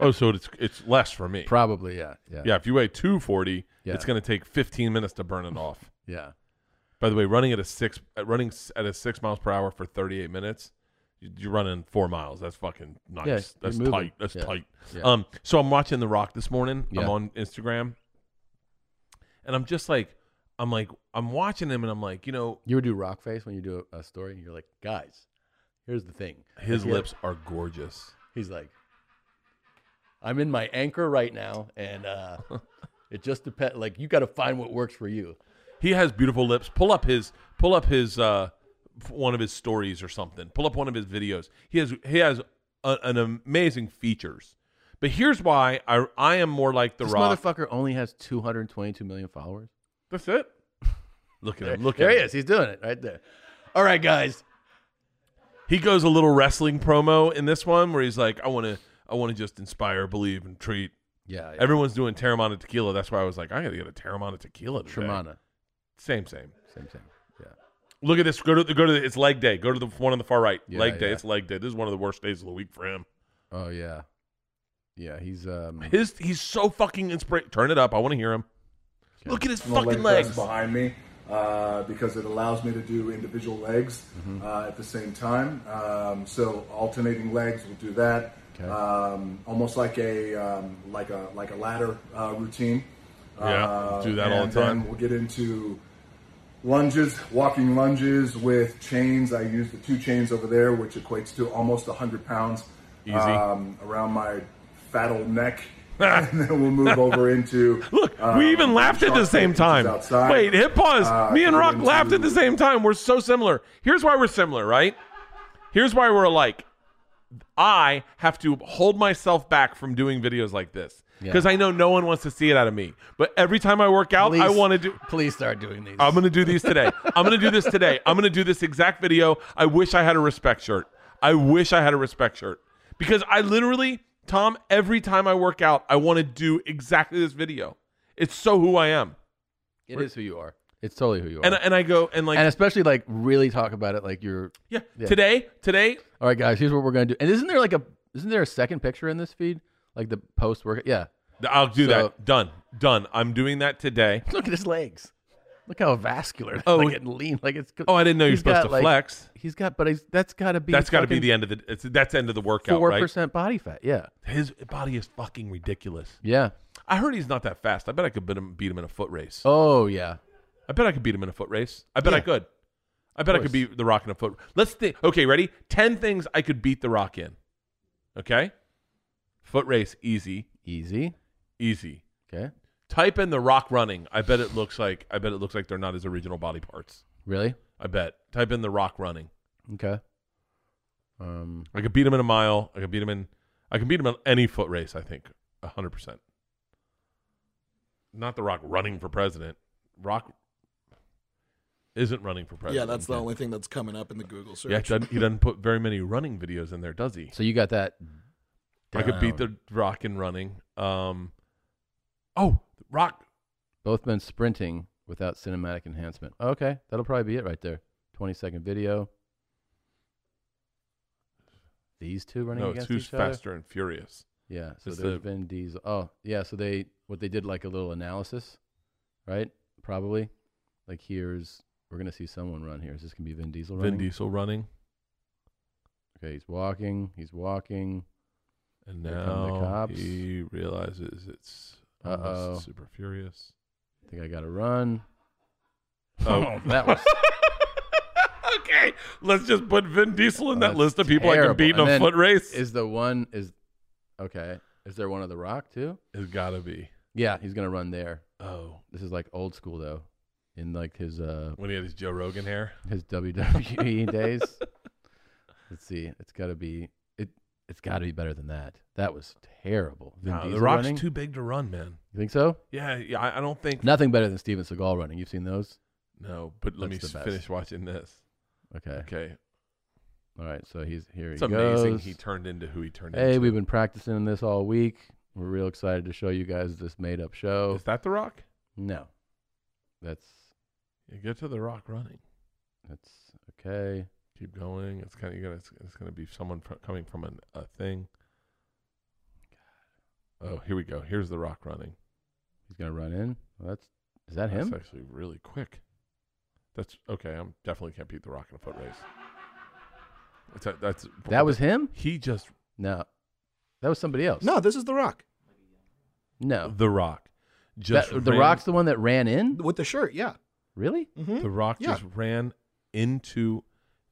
Speaker 2: oh, so it's it's less for me.
Speaker 1: Probably, yeah. Yeah.
Speaker 2: yeah, if you weigh 240,
Speaker 1: Yeah.
Speaker 2: it's going to take 15 minutes to burn it off.
Speaker 1: Yeah.
Speaker 2: By the way, running at a six, uh, running s- at a six miles per hour for 38 minutes, you- you're running four miles. That's fucking nice.
Speaker 1: Yeah, you're
Speaker 2: That's
Speaker 1: moving.
Speaker 2: tight. That's
Speaker 1: Yeah.
Speaker 2: tight.
Speaker 1: Yeah.
Speaker 2: Um, so I'm watching The Rock this morning.
Speaker 1: Yeah.
Speaker 2: I'm on Instagram, and I'm just like, I'm like, I'm watching him, and I'm like, you know,
Speaker 1: You would do rock face when you do a, a story, and you're like, guys, here's the thing.
Speaker 2: his
Speaker 1: Like, yeah.
Speaker 2: lips are gorgeous.
Speaker 1: He's like, I'm in my anchor right now, and uh, it just depends. Like, you got to find what works for you.
Speaker 2: He has beautiful lips. Pull up his, pull up his, uh, f- one of his stories or something. Pull up one of his videos. He has, he has a, an amazing features. But here's why I, I am more like The
Speaker 1: this
Speaker 2: Rock.
Speaker 1: motherfucker only has 222 million followers.
Speaker 2: That's it. Look at him. Look
Speaker 1: there
Speaker 2: at
Speaker 1: he
Speaker 2: him.
Speaker 1: is. He's doing it right there. All right, guys.
Speaker 2: He goes a little wrestling promo in this one where he's like, I want to, I want to just inspire, believe, and treat.
Speaker 1: Yeah. yeah.
Speaker 2: Everyone's doing Terramana tequila. That's why I was like, I gotta get a Terramana tequila. Today.
Speaker 1: Tremana.
Speaker 2: Same, same.
Speaker 1: Same thing. Yeah.
Speaker 2: Look at this. Go to the, go to the, it's leg day. Go to the one on the far right.
Speaker 1: Yeah,
Speaker 2: leg day.
Speaker 1: yeah.
Speaker 2: It's leg day. This is one of the worst days of the week for him.
Speaker 1: Oh yeah. Yeah. He's um.
Speaker 2: His he's so fucking inspired. Turn it up. I want to hear him. Look at his fucking legs.
Speaker 10: behind me uh, because it allows me to do individual legs
Speaker 2: Mm-hmm.
Speaker 10: uh, at the same time. Um, so alternating legs, we'll do that. Um, almost like a um, like a like a ladder uh, routine.
Speaker 2: Yeah,
Speaker 10: Uh,
Speaker 2: do that all
Speaker 10: and
Speaker 2: the time.
Speaker 10: Then we'll get into lunges, walking lunges with chains. I use the two chains over there, which equates to almost 100 pounds
Speaker 2: Easy.
Speaker 10: um, around my fat old neck. and then we'll move over into.
Speaker 2: Look, we even laughed at the
Speaker 10: shark
Speaker 2: same
Speaker 10: which is
Speaker 2: time.
Speaker 10: outside.
Speaker 2: Wait, hit pause.
Speaker 10: Uh,
Speaker 2: Me and
Speaker 10: to
Speaker 2: Rock
Speaker 10: get
Speaker 2: laughed at
Speaker 10: into-
Speaker 2: the same time. We're so similar. Here's why we're similar, right? Here's why we're alike. I have to hold myself back from doing videos like this because I know no one wants to see it out of me. But every time I work out, I
Speaker 1: Please-
Speaker 2: want to do.
Speaker 1: Please start doing these.
Speaker 2: I'm gonna do these today. I'm gonna do this today. I'm gonna do this exact video. I wish I had a respect shirt. I wish I had a respect shirt because I literally, Tom, every time I work out, I want to do exactly this video. It's so who I am.
Speaker 1: It is who you are. It's totally who you are.
Speaker 2: And, and I go and like
Speaker 1: and especially like really talk about it like you're
Speaker 2: yeah, today today
Speaker 1: all right guys here's what we're gonna do and isn't there like a isn't there a second picture in this feed like the post work yeah
Speaker 2: I'll do
Speaker 1: So-
Speaker 2: that. Done. Done. I'm doing that today.
Speaker 1: look at his legs look how vascular
Speaker 2: Oh.
Speaker 1: oh like, and lean like it's
Speaker 2: Oh, I didn't know you're
Speaker 1: he's
Speaker 2: supposed
Speaker 1: got,
Speaker 2: to
Speaker 1: like-
Speaker 2: flex.
Speaker 1: he's got but he's that's gotta be
Speaker 2: That's got to be
Speaker 1: fucking
Speaker 2: the end of the. It's, that's the end of the workout.
Speaker 1: four
Speaker 2: right?
Speaker 1: percent body fat yeah
Speaker 2: His body is fucking ridiculous.
Speaker 1: yeah
Speaker 2: I heard he's not that fast. I bet I could beat him, beat him in a foot race.
Speaker 1: oh yeah
Speaker 2: I bet I could beat him in a foot race. I bet I
Speaker 1: Yeah.
Speaker 2: could. I bet I could
Speaker 1: course.
Speaker 2: beat the Rock in a foot. Let's think. Okay, ready? Ten things I could beat the Rock in. Okay, foot race easy,
Speaker 1: easy
Speaker 2: easy.
Speaker 1: okay
Speaker 2: Type in the Rock running. I bet it looks like. I bet it looks like they're not his original body parts.
Speaker 1: really
Speaker 2: I bet. Type in the Rock running.
Speaker 1: okay um
Speaker 2: I could beat him in a mile. I could beat him in. I can beat him in any foot race. I think hundred percent. Not the Rock running for president. Rock isn't running for
Speaker 4: yeah,
Speaker 2: president.
Speaker 4: that's the only thing that's coming up in the Google search.
Speaker 2: Yeah, he doesn't, he doesn't put very many running videos in there, does he?
Speaker 1: so you got that
Speaker 2: I could beat the Rock in running. Um, oh, Rock.
Speaker 1: Both men sprinting without cinematic enhancement. Okay, that'll probably be it right there. 20 second video. These two running
Speaker 2: No, it's
Speaker 1: against
Speaker 2: who's
Speaker 1: each other?
Speaker 2: faster and furious.
Speaker 1: Yeah, so
Speaker 2: It's
Speaker 1: there's
Speaker 2: the-
Speaker 1: Vin Diesel. Oh, yeah, so they what they did like a little analysis, right? Probably. Like here's we're going to see someone run here. Is this going to be Vin Diesel running?
Speaker 2: Vin Diesel running,
Speaker 1: Okay, he's walking. He's walking.
Speaker 2: and
Speaker 1: Here come the
Speaker 2: now
Speaker 1: cops.
Speaker 2: he realizes it's almost
Speaker 1: Uh-oh.
Speaker 2: super furious.
Speaker 1: I think I got to run.
Speaker 2: Oh.
Speaker 1: that was
Speaker 2: okay, let's just put Vin Diesel in
Speaker 1: Oh,
Speaker 2: that
Speaker 1: that's
Speaker 2: list of people I
Speaker 1: terrible.
Speaker 2: can beat in
Speaker 1: And
Speaker 2: a
Speaker 1: then
Speaker 2: foot race.
Speaker 1: Is the one is okay? Is there one of the Rock too?
Speaker 2: it's gotta be.
Speaker 1: Yeah, he's gonna run there.
Speaker 2: Oh,
Speaker 1: This is like old school though, in like his uh
Speaker 2: when he had his Joe Rogan hair.
Speaker 1: his WWE days. Let's see, it's gotta be it. It's gotta be better than that. That was terrible. Vin
Speaker 2: Nah, the
Speaker 1: Diesel
Speaker 2: Rock's
Speaker 1: running?
Speaker 2: too big to run, man.
Speaker 1: You think so?
Speaker 2: Yeah, yeah. I, I don't think
Speaker 1: Nothing better than Steven Seagal running. You've seen those?
Speaker 2: no. But let me
Speaker 1: That's the
Speaker 2: s-
Speaker 1: best.
Speaker 2: finish watching this.
Speaker 1: Okay.
Speaker 2: Okay,
Speaker 1: All right. So he's here.
Speaker 2: it's
Speaker 1: he
Speaker 2: amazing
Speaker 1: goes.
Speaker 2: he turned into who he turned
Speaker 1: Hey,
Speaker 2: into.
Speaker 1: we've been practicing this all week. We're real excited to show you guys this made-up show.
Speaker 2: Is that the Rock?
Speaker 1: No, that's
Speaker 2: You get to the Rock running.
Speaker 1: that's okay.
Speaker 2: Keep going. It's kind of you gotta. It's, it's gonna be someone fr- coming from an, a thing. Oh, here we go. Here's the Rock running.
Speaker 1: He's gonna run in. Well, that's is that
Speaker 2: That's
Speaker 1: him?
Speaker 2: actually really quick. That's okay. I'm definitely can't beat the Rock in a foot race. It's a, that's
Speaker 1: That was him?
Speaker 2: He just
Speaker 1: No, that was somebody else.
Speaker 4: No, this is The Rock
Speaker 1: no.
Speaker 2: the Rock.
Speaker 1: Oh. That-
Speaker 2: Just
Speaker 1: the
Speaker 2: ran-
Speaker 1: Rock's the one that ran in.
Speaker 4: with the shirt. Yeah.
Speaker 1: Really?
Speaker 4: Mm-hmm.
Speaker 10: Hmm?
Speaker 2: The Rock
Speaker 4: Yeah.
Speaker 2: just ran into.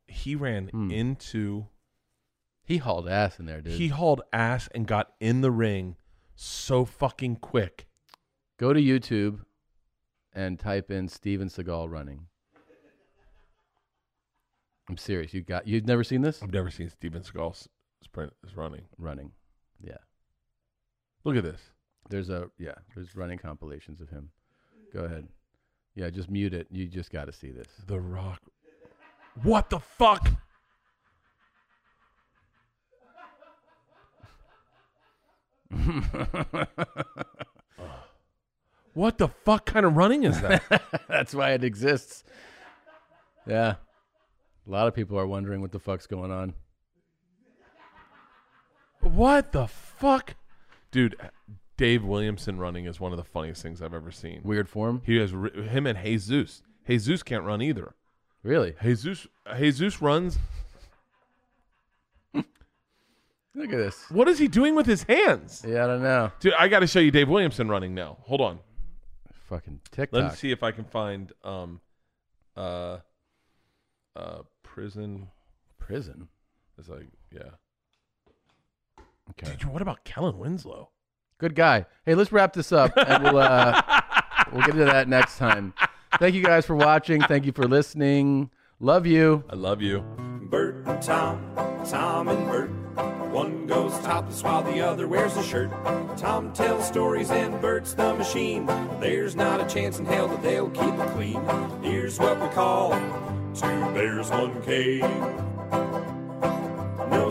Speaker 2: He ran
Speaker 1: Hmm.
Speaker 2: into.
Speaker 1: He hauled ass in there, dude.
Speaker 2: He hauled ass and got in the ring so fucking quick.
Speaker 1: Go to YouTube and type in Steven Seagal running. I'm serious. You got you've never seen this
Speaker 2: I've never seen Steven Seagal s- sprint is running.
Speaker 1: running. Yeah.
Speaker 2: Look at this.
Speaker 1: There's a yeah. There's running compilations of him. Go ahead. Yeah, just mute it. You just got to see this.
Speaker 2: The Rock. What the fuck? What the fuck kind of running is that?
Speaker 1: That's why it exists. Yeah. A lot of people are wondering what the fuck's going on.
Speaker 2: what the fuck? Dude, Dave Williamson running is one of the funniest things I've ever seen.
Speaker 1: Weird form?
Speaker 2: He has ri- him and Jesus. Jesus can't run either.
Speaker 1: Really?
Speaker 2: Jesus Jesus runs.
Speaker 1: Look at this.
Speaker 2: What is he doing with his hands?
Speaker 1: Yeah, I don't know.
Speaker 2: Dude, I got to show you Dave Williamson running now. Hold on.
Speaker 1: Fucking
Speaker 2: Let
Speaker 1: TikTok.
Speaker 2: me see if I can find um uh uh prison
Speaker 1: Prison.
Speaker 2: It's like, yeah.
Speaker 1: Okay.
Speaker 2: Dude, what about Kellen Winslow?
Speaker 1: Good guy. Hey, let's wrap this up and we'll uh we'll get into that next time. Thank you guys for watching. Thank you for listening. Love you.
Speaker 2: I love you.
Speaker 11: Bert and Tom, Tom and Bert. One goes topless while the other wears a shirt. Tom tells stories and Bert's the machine. There's not a chance in hell that they'll keep it clean. Here's what we call two bears, one cave. No
Speaker 6: No